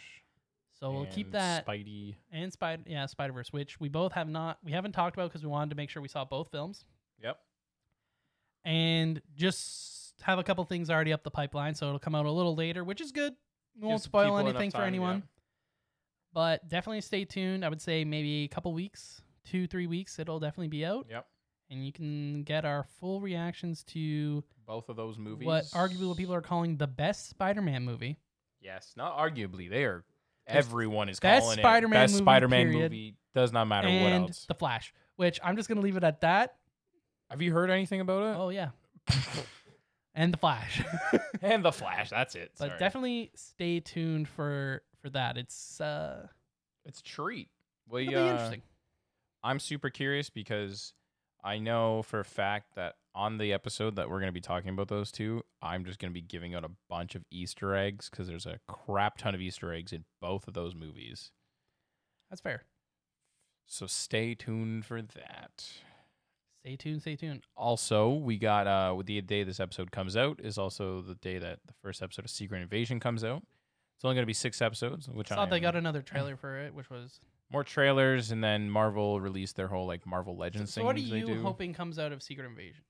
[SPEAKER 3] so we'll keep
[SPEAKER 1] and
[SPEAKER 3] that
[SPEAKER 1] Spidey.
[SPEAKER 3] and Spider yeah Spider Verse, which we both have not we haven't talked about because we wanted to make sure we saw both films.
[SPEAKER 1] Yep.
[SPEAKER 3] and just have a couple things already up the pipeline, so it'll come out a little later, which is good. We won't
[SPEAKER 1] Gives
[SPEAKER 3] spoil
[SPEAKER 1] people enough
[SPEAKER 3] anything for
[SPEAKER 1] time, yeah.
[SPEAKER 3] anyone, but definitely stay tuned. I would say maybe a couple weeks, two, three weeks, it'll definitely be out,
[SPEAKER 1] Yep.
[SPEAKER 3] and you can get our full reactions to
[SPEAKER 1] Both of those movies.
[SPEAKER 3] what arguably what people are calling the best Spider-Man movie.
[SPEAKER 1] Yes, not arguably. They are.
[SPEAKER 3] Best-
[SPEAKER 1] everyone is
[SPEAKER 3] best
[SPEAKER 1] calling it
[SPEAKER 3] Spider-Man
[SPEAKER 1] best
[SPEAKER 3] movie,
[SPEAKER 1] Spider-Man
[SPEAKER 3] period.
[SPEAKER 1] movie. Does not matter what
[SPEAKER 3] and
[SPEAKER 1] else.
[SPEAKER 3] The Flash, which I'm just gonna leave it at that.
[SPEAKER 1] Have you heard anything about it?
[SPEAKER 3] Oh yeah, and The Flash.
[SPEAKER 1] and the Flash. That's it.
[SPEAKER 3] but
[SPEAKER 1] Sorry.
[SPEAKER 3] definitely stay tuned for for that. It's uh,
[SPEAKER 1] it's a treat. We,
[SPEAKER 3] it'll
[SPEAKER 1] uh,
[SPEAKER 3] be interesting.
[SPEAKER 1] I'm super curious because I know for a fact that on the episode that we're going to be talking about those two, I'm just going to be giving out a bunch of Easter eggs because there's a crap ton of Easter eggs in both of those movies.
[SPEAKER 3] That's fair.
[SPEAKER 1] So stay tuned for that.
[SPEAKER 3] Stay tuned, stay tuned.
[SPEAKER 1] Also, we got uh with the day this episode comes out is also the day that the first episode of Secret Invasion comes out. It's only going to be six episodes, which
[SPEAKER 3] Saw
[SPEAKER 1] I
[SPEAKER 3] they got another trailer for it, which was.
[SPEAKER 1] more trailers, and then Marvel released their whole like Marvel Legends
[SPEAKER 3] So
[SPEAKER 1] thing.
[SPEAKER 3] what are
[SPEAKER 1] they
[SPEAKER 3] you
[SPEAKER 1] do.
[SPEAKER 3] hoping comes out of Secret Invasion?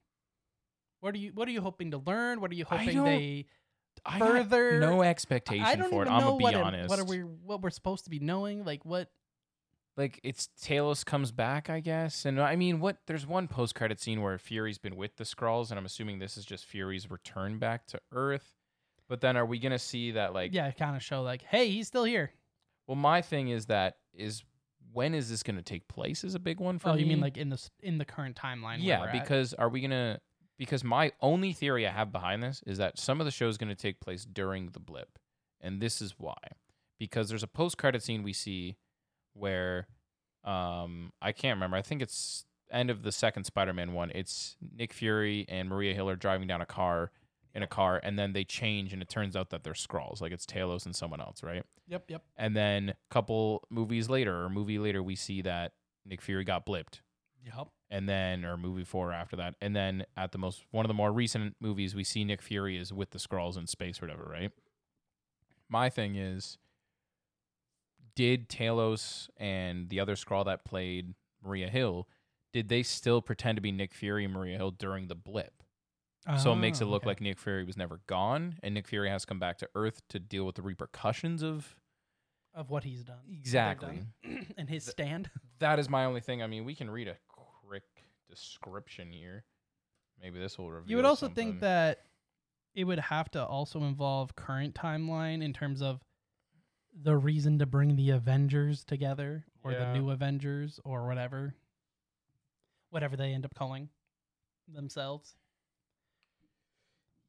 [SPEAKER 3] What are you What are you hoping to learn? What are you
[SPEAKER 1] I
[SPEAKER 3] hoping
[SPEAKER 1] don't-
[SPEAKER 3] they?
[SPEAKER 1] I got
[SPEAKER 3] further-
[SPEAKER 1] no
[SPEAKER 3] I-
[SPEAKER 1] expectation
[SPEAKER 3] I don't
[SPEAKER 1] for
[SPEAKER 3] even
[SPEAKER 1] it. I'm
[SPEAKER 3] know
[SPEAKER 1] gonna be
[SPEAKER 3] what it-
[SPEAKER 1] honest.
[SPEAKER 3] what are we what we're supposed to be knowing. Like what?
[SPEAKER 1] like it's Talos comes back, I guess. And I mean, what? There's one post credit scene where Fury's been with the Skrulls, and I'm assuming this is just Fury's return back to Earth. But then, are we gonna see that? Like,
[SPEAKER 3] yeah, kind of show like, hey, he's still here.
[SPEAKER 1] Well, my thing is that is when is this gonna take place? Is a big one for
[SPEAKER 3] oh,
[SPEAKER 1] me.
[SPEAKER 3] you mean like in the s- in the current timeline? where we're
[SPEAKER 1] yeah?
[SPEAKER 3] at?
[SPEAKER 1] Because are we gonna? Because my only theory I have behind this is that some of the show is gonna take place during the blip, and this is why. Because there's a post credit scene we see where um I can't remember. I think it's end of the second Spider-Man one. It's Nick Fury and Maria Hill are driving down a car in a car and then they change and it turns out that they're Skrulls. Like it's Talos and someone else, right?
[SPEAKER 3] yep, yep.
[SPEAKER 1] And then a couple movies later or a movie later we see that Nick Fury got blipped.
[SPEAKER 3] Yep.
[SPEAKER 1] And then or movie 4 after that. And then at the most one of the more recent movies we see Nick Fury is with the Skrulls in space or whatever, right? My thing is did Talos and the other Skrull that played Maria Hill did they still pretend to be Nick Fury and Maria Hill during the blip? So it makes it
[SPEAKER 3] Oh,
[SPEAKER 1] look
[SPEAKER 3] okay.
[SPEAKER 1] like Nick Fury was never gone, and Nick Fury has come back to Earth to deal with the repercussions of
[SPEAKER 3] of what he's done. what they've
[SPEAKER 1] Exactly.
[SPEAKER 3] done, and his stand.
[SPEAKER 1] That is my only thing. I mean, we can read a quick description here. Maybe this will reveal.
[SPEAKER 3] You would also
[SPEAKER 1] something.
[SPEAKER 3] think that it would have to also involve current timeline in terms of the reason to bring the Avengers together or
[SPEAKER 1] Yeah.
[SPEAKER 3] the new Avengers or whatever. Whatever they end up calling themselves.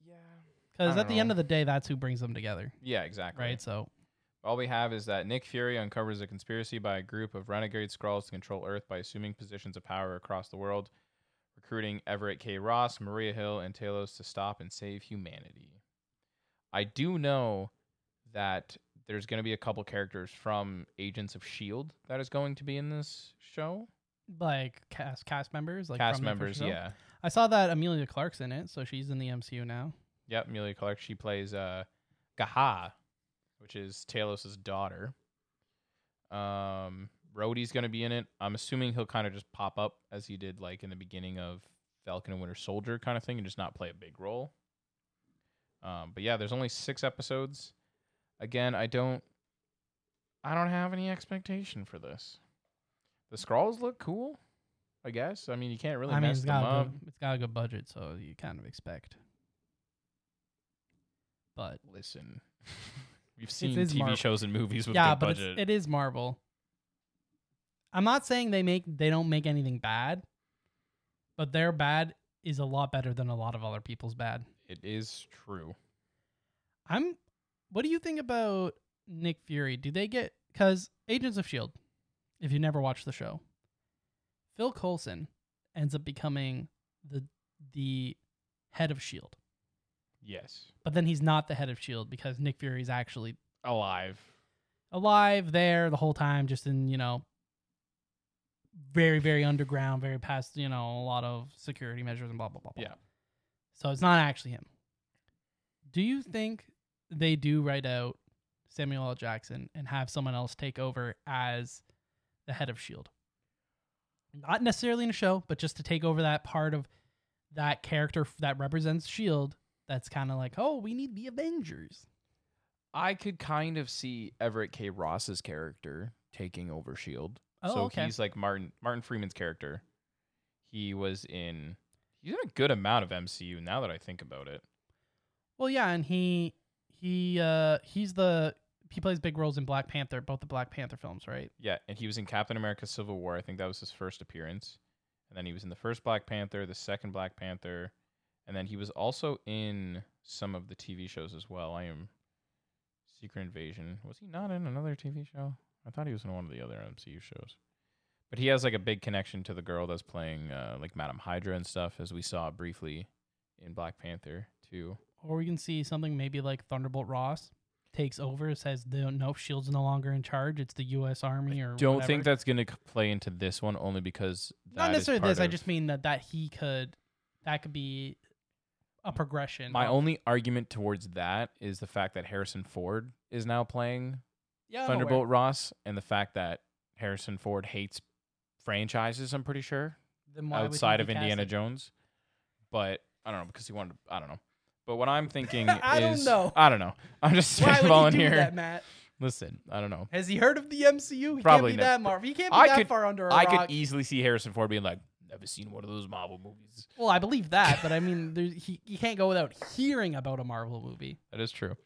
[SPEAKER 1] Yeah. I
[SPEAKER 3] Because
[SPEAKER 1] don't
[SPEAKER 3] at the end
[SPEAKER 1] know.
[SPEAKER 3] of the day, that's who brings them together.
[SPEAKER 1] Yeah, exactly.
[SPEAKER 3] Right? So,
[SPEAKER 1] All we have is that Nick Fury uncovers a conspiracy by a group of renegade Skrulls to control Earth by assuming positions of power across the world, recruiting Everett K. Ross, Maria Hill, and Talos to stop and save humanity. I do know that there's going to be a couple characters from Agents of S.H.I.E.L.D. E that is going to be in this show.
[SPEAKER 3] like cast cast members, like
[SPEAKER 1] Cast
[SPEAKER 3] from the first
[SPEAKER 1] members,
[SPEAKER 3] show.
[SPEAKER 1] yeah.
[SPEAKER 3] I saw that Amelia Clark's in it, so she's in the MCU now.
[SPEAKER 1] Yep, Amelia Clark. She plays uh, Gaha, which is Talos' daughter. Um, Rhodey's going to be in it. I'm assuming he'll kind of just pop up as he did like in the beginning of Falcon and Winter Soldier kind of thing and just not play a big role. Um, but yeah, there's only six episodes. Again, I don't, I don't have any expectation for this. The scrawls look cool, I guess. I mean, you can't really
[SPEAKER 3] I mean,
[SPEAKER 1] mess
[SPEAKER 3] it's got
[SPEAKER 1] them
[SPEAKER 3] a
[SPEAKER 1] up.
[SPEAKER 3] good, it's got a good budget, so you kind of expect. But
[SPEAKER 1] Listen, we've seen
[SPEAKER 3] is
[SPEAKER 1] TV
[SPEAKER 3] Marvel.
[SPEAKER 1] shows and movies with
[SPEAKER 3] yeah,
[SPEAKER 1] good
[SPEAKER 3] but
[SPEAKER 1] budget.
[SPEAKER 3] It's, it is Marvel. I'm not saying they make they don't make anything bad, but their bad is a lot better than a lot of other people's bad.
[SPEAKER 1] it is true.
[SPEAKER 3] I'm. What do you think about Nick Fury? Do they get because Agents of Shield? E If you never watched the show, Phil Coulson ends up becoming the the head of Shield,
[SPEAKER 1] Yes,
[SPEAKER 3] E but then he's not the head of Shield E because Nick Fury is actually
[SPEAKER 1] alive.
[SPEAKER 3] alive there the whole time, just in you know, very very underground, very past you know a lot of security measures and blah blah blah. blah.
[SPEAKER 1] Yeah.
[SPEAKER 3] So it's not actually him. Do you think they do write out Samuel L. Jackson and have someone else take over as the head of S.H.I.E.L.D.? E Not necessarily in a show, but just to take over that part of that character f- that represents S.H.I.E.L.D. E that's kind of like, oh, we need the Avengers.
[SPEAKER 1] I could kind of see Everett K. Ross's character taking over Shield.
[SPEAKER 3] Oh,
[SPEAKER 1] E so
[SPEAKER 3] okay.
[SPEAKER 1] he's like Martin Martin Freeman's character. He was in he's in a good amount of MCU now that I think about it.
[SPEAKER 3] Well, yeah, and he he uh he's the he plays big roles in Black Panther, both the Black Panther films, right?
[SPEAKER 1] Yeah, and he was in Captain America Civil War. I think that was his first appearance. And then he was in the first Black Panther, the second Black Panther, and then he was also in some of the TV shows as well. I am Secret Invasion. Was he not in another TV show? I thought he was in one of the other MCU shows. But he has like a big connection to the girl that's playing uh, like Madame Hydra and stuff, as we saw briefly in Black Panther too.
[SPEAKER 3] Or we can see something maybe like Thunderbolt Ross takes over, says the no Shield's no longer in charge. It's the U.S. Army or
[SPEAKER 1] Don't
[SPEAKER 3] whatever.
[SPEAKER 1] think that's gonna c- play into this one only because that
[SPEAKER 3] not
[SPEAKER 1] is
[SPEAKER 3] necessarily this.
[SPEAKER 1] part
[SPEAKER 3] I
[SPEAKER 1] of-
[SPEAKER 3] just mean that that he could that could be a progression.
[SPEAKER 1] My
[SPEAKER 3] of-
[SPEAKER 1] only argument towards that is the fact that Harrison Ford is now playing
[SPEAKER 3] yeah, I'm aware.
[SPEAKER 1] Thunderbolt Ross, and the fact that Harrison Ford hates franchises. I'm pretty sure
[SPEAKER 3] Then why would he
[SPEAKER 1] outside
[SPEAKER 3] be
[SPEAKER 1] of Indiana
[SPEAKER 3] casting-
[SPEAKER 1] Jones, but I don't know because he wanted. To, I don't know. But what I'm thinking
[SPEAKER 3] I don't
[SPEAKER 1] is
[SPEAKER 3] know.
[SPEAKER 1] I don't know. I'm just
[SPEAKER 3] Why would
[SPEAKER 1] spitballing
[SPEAKER 3] he do
[SPEAKER 1] here.
[SPEAKER 3] that, Matt?
[SPEAKER 1] Listen, I don't know.
[SPEAKER 3] Has he heard of the MCU? He
[SPEAKER 1] Probably
[SPEAKER 3] can't be
[SPEAKER 1] not.
[SPEAKER 3] that Marvel. He can't be
[SPEAKER 1] I
[SPEAKER 3] that
[SPEAKER 1] could-
[SPEAKER 3] far under a
[SPEAKER 1] I
[SPEAKER 3] rock.
[SPEAKER 1] could easily see Harrison Ford being like, "Never seen one of those Marvel movies."
[SPEAKER 3] well, I believe that, but I mean, there's, he you can't go without hearing about a Marvel movie.
[SPEAKER 1] That is true.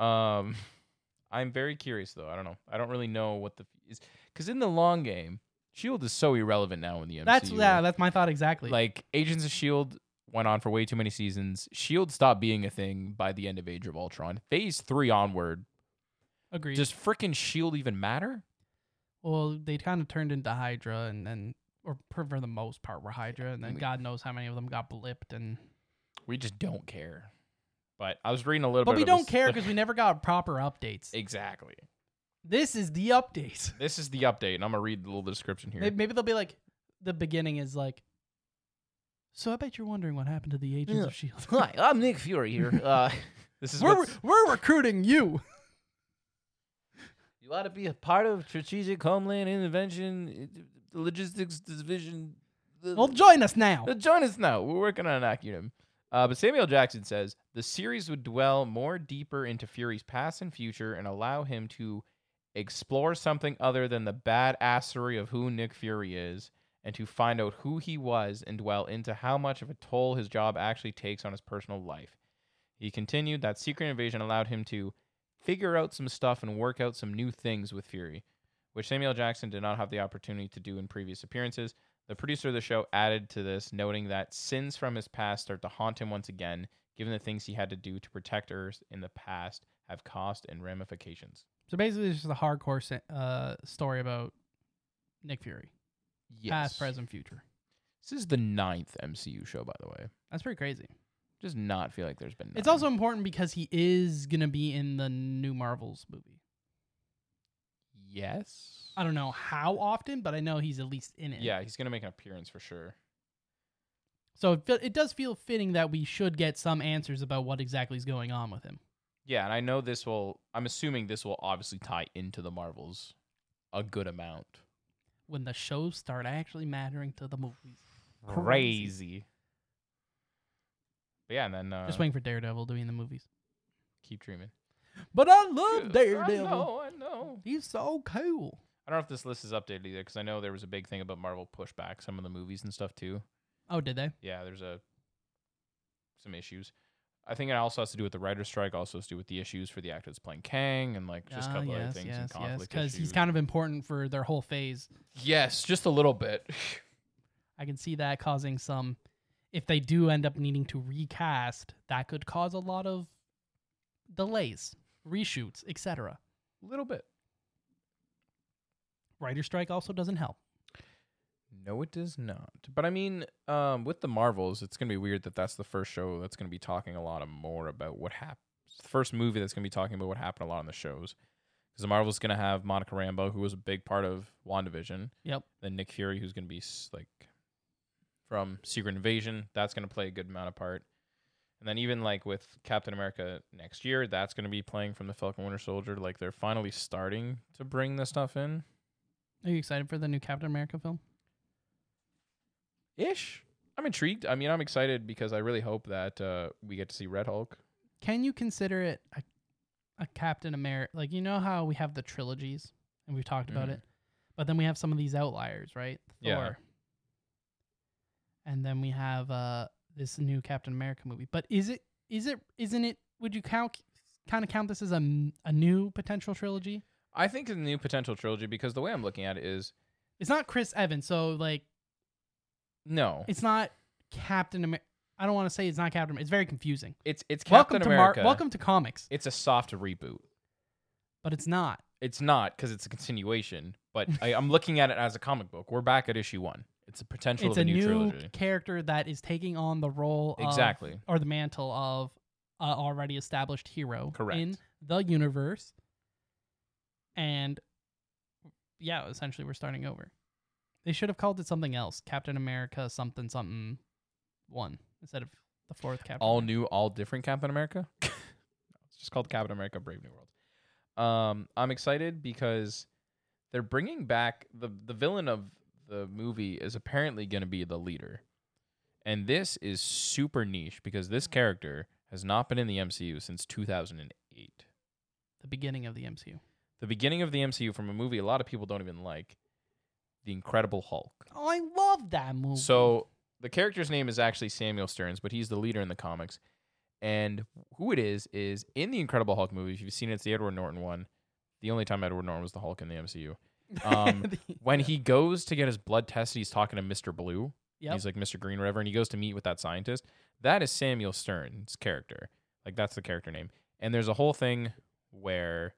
[SPEAKER 1] Um, I'm very curious though. I don't know. I don't really know what the is because in the long game, Shield E is so irrelevant now in the MCU.
[SPEAKER 3] That's yeah, that's my thought exactly.
[SPEAKER 1] like Agents of Shield E went on for way too many seasons. Shield E stopped being a thing by the end of Age of Ultron. Phase three onward,
[SPEAKER 3] agreed.
[SPEAKER 1] does frickin' Shield E even matter?
[SPEAKER 3] Well, they kind of turned into Hydra, and then, or for for the most part, were Hydra, and then
[SPEAKER 1] we-
[SPEAKER 3] God knows how many of them got blipped, and
[SPEAKER 1] We just don't care. But I was reading a little
[SPEAKER 3] but
[SPEAKER 1] bit.
[SPEAKER 3] we
[SPEAKER 1] of
[SPEAKER 3] don't
[SPEAKER 1] this-
[SPEAKER 3] care because we never got proper updates.
[SPEAKER 1] exactly.
[SPEAKER 3] This is the update.
[SPEAKER 1] This is the update, and I'm gonna read the little description here.
[SPEAKER 3] Maybe, maybe they'll be like, the beginning is like. So I bet you're wondering what happened to the Agents of Shield.
[SPEAKER 1] I'm Nick Fury here. Uh, this is
[SPEAKER 3] E we're
[SPEAKER 1] what's-
[SPEAKER 3] we're recruiting you.
[SPEAKER 1] You ought to be a part of Strategic Homeland Intervention uh, the Logistics Division. The-
[SPEAKER 3] Well, join us now.
[SPEAKER 1] Uh, join us now. We're working on an acronym. Uh, but Samuel Jackson says the series would dwell more deeper into Fury's past and future and allow him to explore something other than the badassery of who Nick Fury is and to find out who he was and dwell into how much of a toll his job actually takes on his personal life. He continued that Secret Invasion allowed him to figure out some stuff and work out some new things with Fury, which Samuel Jackson did not have the opportunity to do in previous appearances. The producer of the show added to this, noting that sins from his past start to haunt him once again, given the things he had to do to protect Earth in the past have cost and ramifications.
[SPEAKER 3] So basically, it's just a hardcore sa- uh, story about Nick Fury,
[SPEAKER 1] Yes.
[SPEAKER 3] past, present, future.
[SPEAKER 1] This is the ninth MCU show, by the way.
[SPEAKER 3] That's pretty crazy.
[SPEAKER 1] Just not feel like there's been.
[SPEAKER 3] It's
[SPEAKER 1] nine.
[SPEAKER 3] also important because he is gonna be in the new Marvels movie.
[SPEAKER 1] yes.
[SPEAKER 3] I don't know how often, but I know he's at least in it.
[SPEAKER 1] Yeah, he's gonna make an appearance for sure.
[SPEAKER 3] So it, fe- it does feel fitting that we should get some answers about what exactly is going on with him.
[SPEAKER 1] Yeah, and I know this will. I'm assuming this will obviously tie into the Marvels a good amount.
[SPEAKER 3] when the shows start actually mattering to the movies. Crazy.
[SPEAKER 1] Crazy. But yeah, and then uh,
[SPEAKER 3] Just waiting for Daredevil to be in the movies.
[SPEAKER 1] keep dreaming.
[SPEAKER 3] But I love
[SPEAKER 1] I
[SPEAKER 3] Daredevil.
[SPEAKER 1] know, I know.
[SPEAKER 3] He's so cool.
[SPEAKER 1] I don't know if this list is updated either because I know there was a big thing about Marvel pushback some of the movies and stuff too.
[SPEAKER 3] Oh, did they?
[SPEAKER 1] yeah, there's a some issues. I think it also has to do with the writer's strike. Also has to do with the issues for the actor that's playing Kang and like just a
[SPEAKER 3] Ah,
[SPEAKER 1] couple other
[SPEAKER 3] yes,
[SPEAKER 1] things
[SPEAKER 3] yes,
[SPEAKER 1] and
[SPEAKER 3] yes.
[SPEAKER 1] conflict
[SPEAKER 3] Because
[SPEAKER 1] issues.
[SPEAKER 3] he's kind of important for their whole phase.
[SPEAKER 1] yes, just a little bit.
[SPEAKER 3] I can see that causing some. If they do end up needing to recast, that could cause a lot of delays, reshoots, etc.
[SPEAKER 1] A little bit.
[SPEAKER 3] Writer strike also doesn't help.
[SPEAKER 1] No, it does not. But I mean, um, with the Marvels, it's gonna be weird that that's the first show that's gonna be talking a lot of more about what happened. The first movie that's gonna be talking about what happened a lot on the shows, because the Marvels gonna have Monica Rambeau, who was a big part of Wandavision.
[SPEAKER 3] Yep.
[SPEAKER 1] then Nick Fury, who's going to be s- like from Secret Invasion, that's going to play a good amount of part. And then even like with Captain America next year, that's going to be playing from the Falcon Winter Soldier. Like they're finally starting to bring this stuff in.
[SPEAKER 3] Are you excited for the new Captain America film?
[SPEAKER 1] Ish. I'm intrigued. I mean, I'm excited because I really hope that uh, we get to see Red Hulk.
[SPEAKER 3] Can you consider it a, a Captain America? Like, you know how we have the trilogies and we've talked about
[SPEAKER 1] Mhm.
[SPEAKER 3] it, but then we have some of these outliers, right?
[SPEAKER 1] Yeah.
[SPEAKER 3] And then we have uh, this new Captain America movie. But is it, is it, isn't it, would you count, kind of count this as a, m- a new potential trilogy?
[SPEAKER 1] I think in the new potential trilogy, because the way I'm looking at it is
[SPEAKER 3] It's not Chris Evans. So, like,
[SPEAKER 1] no,
[SPEAKER 3] it's not Captain America. I don't want to say it's not Captain America. It's very confusing.
[SPEAKER 1] it's it's Captain
[SPEAKER 3] welcome
[SPEAKER 1] America.
[SPEAKER 3] to Mar- welcome to comics,
[SPEAKER 1] It's a soft reboot.
[SPEAKER 3] but it's not.
[SPEAKER 1] It's not because it's a continuation, but I, I'm looking at it as a comic book. We're back at issue one. It's a potential
[SPEAKER 3] it's
[SPEAKER 1] of
[SPEAKER 3] a
[SPEAKER 1] a new,
[SPEAKER 3] new
[SPEAKER 1] trilogy.
[SPEAKER 3] character that is taking on the role of-
[SPEAKER 1] Exactly.
[SPEAKER 3] or the mantle of a already established hero
[SPEAKER 1] Correct.
[SPEAKER 3] in the universe and yeah essentially we're starting over they should have called it something else captain america something something one instead of the fourth captain
[SPEAKER 1] All new, all different Captain America. it's just called Captain America: Brave New World. Um, I'm excited because they're bringing back the the villain of the movie is apparently going to be the leader, and this is super niche because this character has not been in the MCU since 2008.
[SPEAKER 3] the beginning of the mcu
[SPEAKER 1] The beginning of the MCU from a movie a lot of people don't even like, The Incredible Hulk.
[SPEAKER 3] oh i love that movie
[SPEAKER 1] So the character's name is actually Samuel Stearns, but he's the leader in the comics. And who it is is in the Incredible Hulk movie. If you've seen it, it's the Edward Norton one. The only time Edward Norton was the Hulk in the MCU. Um, when he goes to get his blood tested, he's talking to Mister Blue.
[SPEAKER 3] Yep.
[SPEAKER 1] He's like Mister Green, or whatever, and he goes to meet with that scientist. That is Samuel Stearns' character. Like that's the character name. And there's a whole thing where,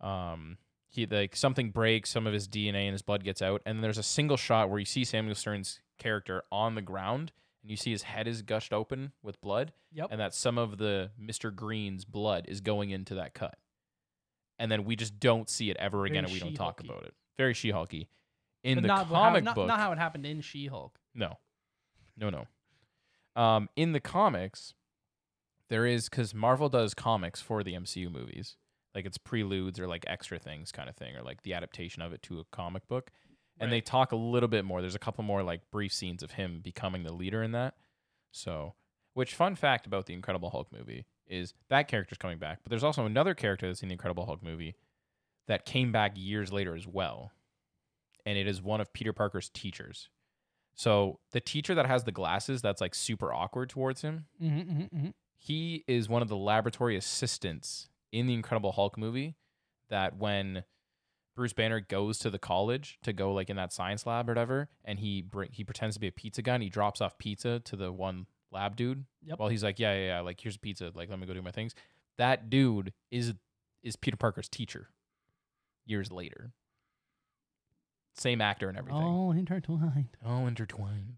[SPEAKER 1] um, he like something breaks, some of his DNA in his blood gets out, and then there's a single shot where you see Samuel Stearns' character on the ground, and you see his head is gushed open with blood,
[SPEAKER 3] yep
[SPEAKER 1] and that some of the Mister Green's blood is going into that cut, and then we just don't see it ever
[SPEAKER 3] Very
[SPEAKER 1] again, and we don't talk
[SPEAKER 3] She-Hulky.
[SPEAKER 1] about it. Very She-Hulky. In
[SPEAKER 3] But
[SPEAKER 1] the
[SPEAKER 3] not how-
[SPEAKER 1] comic
[SPEAKER 3] not-
[SPEAKER 1] book,
[SPEAKER 3] not how it happened in she-hulk
[SPEAKER 1] no, no, no. Um, in the comics, there is because Marvel does comics for the MCU movies, like it's preludes or like extra things kind of thing, or like the adaptation of it to a comic book. And they
[SPEAKER 3] Right.
[SPEAKER 1] talk a little bit more. There's a couple more like brief scenes of him becoming the leader in that. So, which fun fact about the Incredible Hulk movie is that character's coming back, but there's also another character that's in the Incredible Hulk movie that came back years later as well. And it is one of Peter Parker's teachers. So the teacher that has the glasses that's like super awkward towards him,
[SPEAKER 3] mm-hmm, mm-hmm.
[SPEAKER 1] he is one of the laboratory assistants in the Incredible Hulk movie that when Bruce Banner goes to the college to go like in that science lab or whatever, and he bring, he pretends to be a pizza guy and he drops off pizza to the one lab dude.
[SPEAKER 3] Yep.
[SPEAKER 1] While he's like, yeah, yeah, yeah, like here's pizza, like let me go do my things. That dude is is Peter Parker's teacher. Years later, same actor and everything.
[SPEAKER 3] all intertwined
[SPEAKER 1] All intertwined.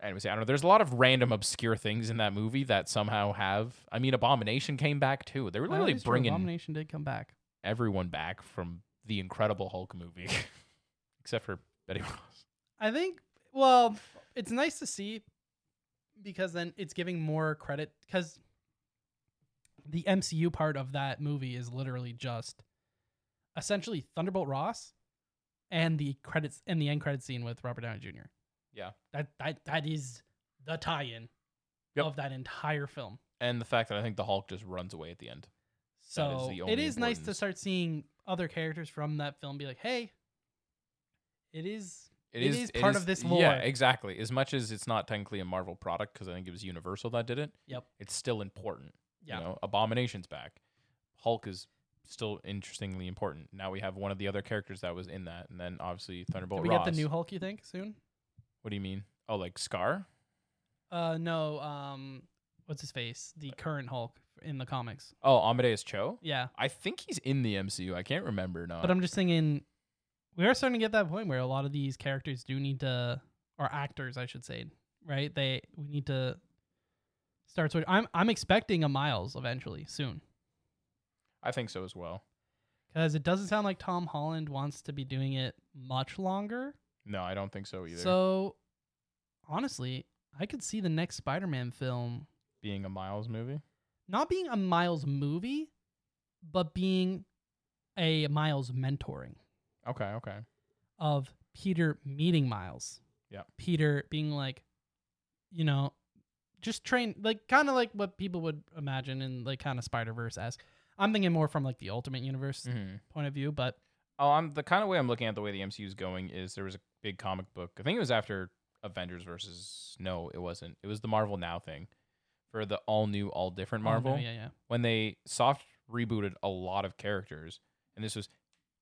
[SPEAKER 1] Anyways, I don't know. There's a lot of random obscure things in that movie that somehow have. I mean, Abomination came back too. They were
[SPEAKER 3] Oh,
[SPEAKER 1] literally
[SPEAKER 3] that's true.
[SPEAKER 1] bringing
[SPEAKER 3] Abomination did come back.
[SPEAKER 1] everyone back from the Incredible Hulk movie, except for Betty Ross.
[SPEAKER 3] I think. Well, it's nice to see because then it's giving more credit because the MCU part of that movie is literally just essentially Thunderbolt Ross and the credits and the end credit scene with Robert Downey Jr.
[SPEAKER 1] Yeah.
[SPEAKER 3] That that that is the tie-in
[SPEAKER 1] Yep.
[SPEAKER 3] of that entire film.
[SPEAKER 1] and the fact that I think the Hulk just runs away at the end. That is
[SPEAKER 3] So
[SPEAKER 1] the
[SPEAKER 3] it
[SPEAKER 1] only
[SPEAKER 3] is nice to
[SPEAKER 1] importance.
[SPEAKER 3] start seeing other characters from that film be like, hey, it is It is part of this
[SPEAKER 1] Yeah,
[SPEAKER 3] lore.
[SPEAKER 1] exactly. As much as it's not technically a Marvel product because I think it was Universal that did it.
[SPEAKER 3] Yep.
[SPEAKER 1] It's still important.
[SPEAKER 3] yeah.
[SPEAKER 1] You know, Abomination's back. Hulk is still interestingly important. Now we have one of the other characters that was in that, and then obviously Thunderbolt
[SPEAKER 3] Do we
[SPEAKER 1] Ross.
[SPEAKER 3] get the new Hulk, you think, soon?
[SPEAKER 1] what do you mean? Oh, like Scar?
[SPEAKER 3] Uh no, um what's his face? The current Hulk in the comics.
[SPEAKER 1] Oh, Amadeus Cho.
[SPEAKER 3] Yeah.
[SPEAKER 1] I think he's in the MCU. I can't remember now.
[SPEAKER 3] But I'm just thinking, we are starting to get that point where a lot of these characters do need to, or actors, I should say, right? They we need to start. Switch. I'm I'm expecting a Miles eventually soon
[SPEAKER 1] I think so as well.
[SPEAKER 3] because it doesn't sound like Tom Holland wants to be doing it much longer.
[SPEAKER 1] No, I don't think so either.
[SPEAKER 3] So honestly, I could see the next Spider-Man film
[SPEAKER 1] Being a Miles movie.
[SPEAKER 3] not being a Miles movie, but being a Miles mentoring.
[SPEAKER 1] Okay, okay.
[SPEAKER 3] of Peter meeting Miles.
[SPEAKER 1] Yeah.
[SPEAKER 3] Peter being like, you know, just train like kind of like what people would imagine in like kind of Spider Verse esque. I'm thinking more from like the Ultimate Universe
[SPEAKER 1] Mm-hmm.
[SPEAKER 3] point of view, but
[SPEAKER 1] Oh, I'm the kind of way I'm looking at the way the MCU is going is there was a big comic book. I think it was after Avengers versus no, it wasn't. It was the Marvel Now thing for the all new, all different Marvel
[SPEAKER 3] Oh, no, yeah, yeah,
[SPEAKER 1] when they soft rebooted a lot of characters, and this was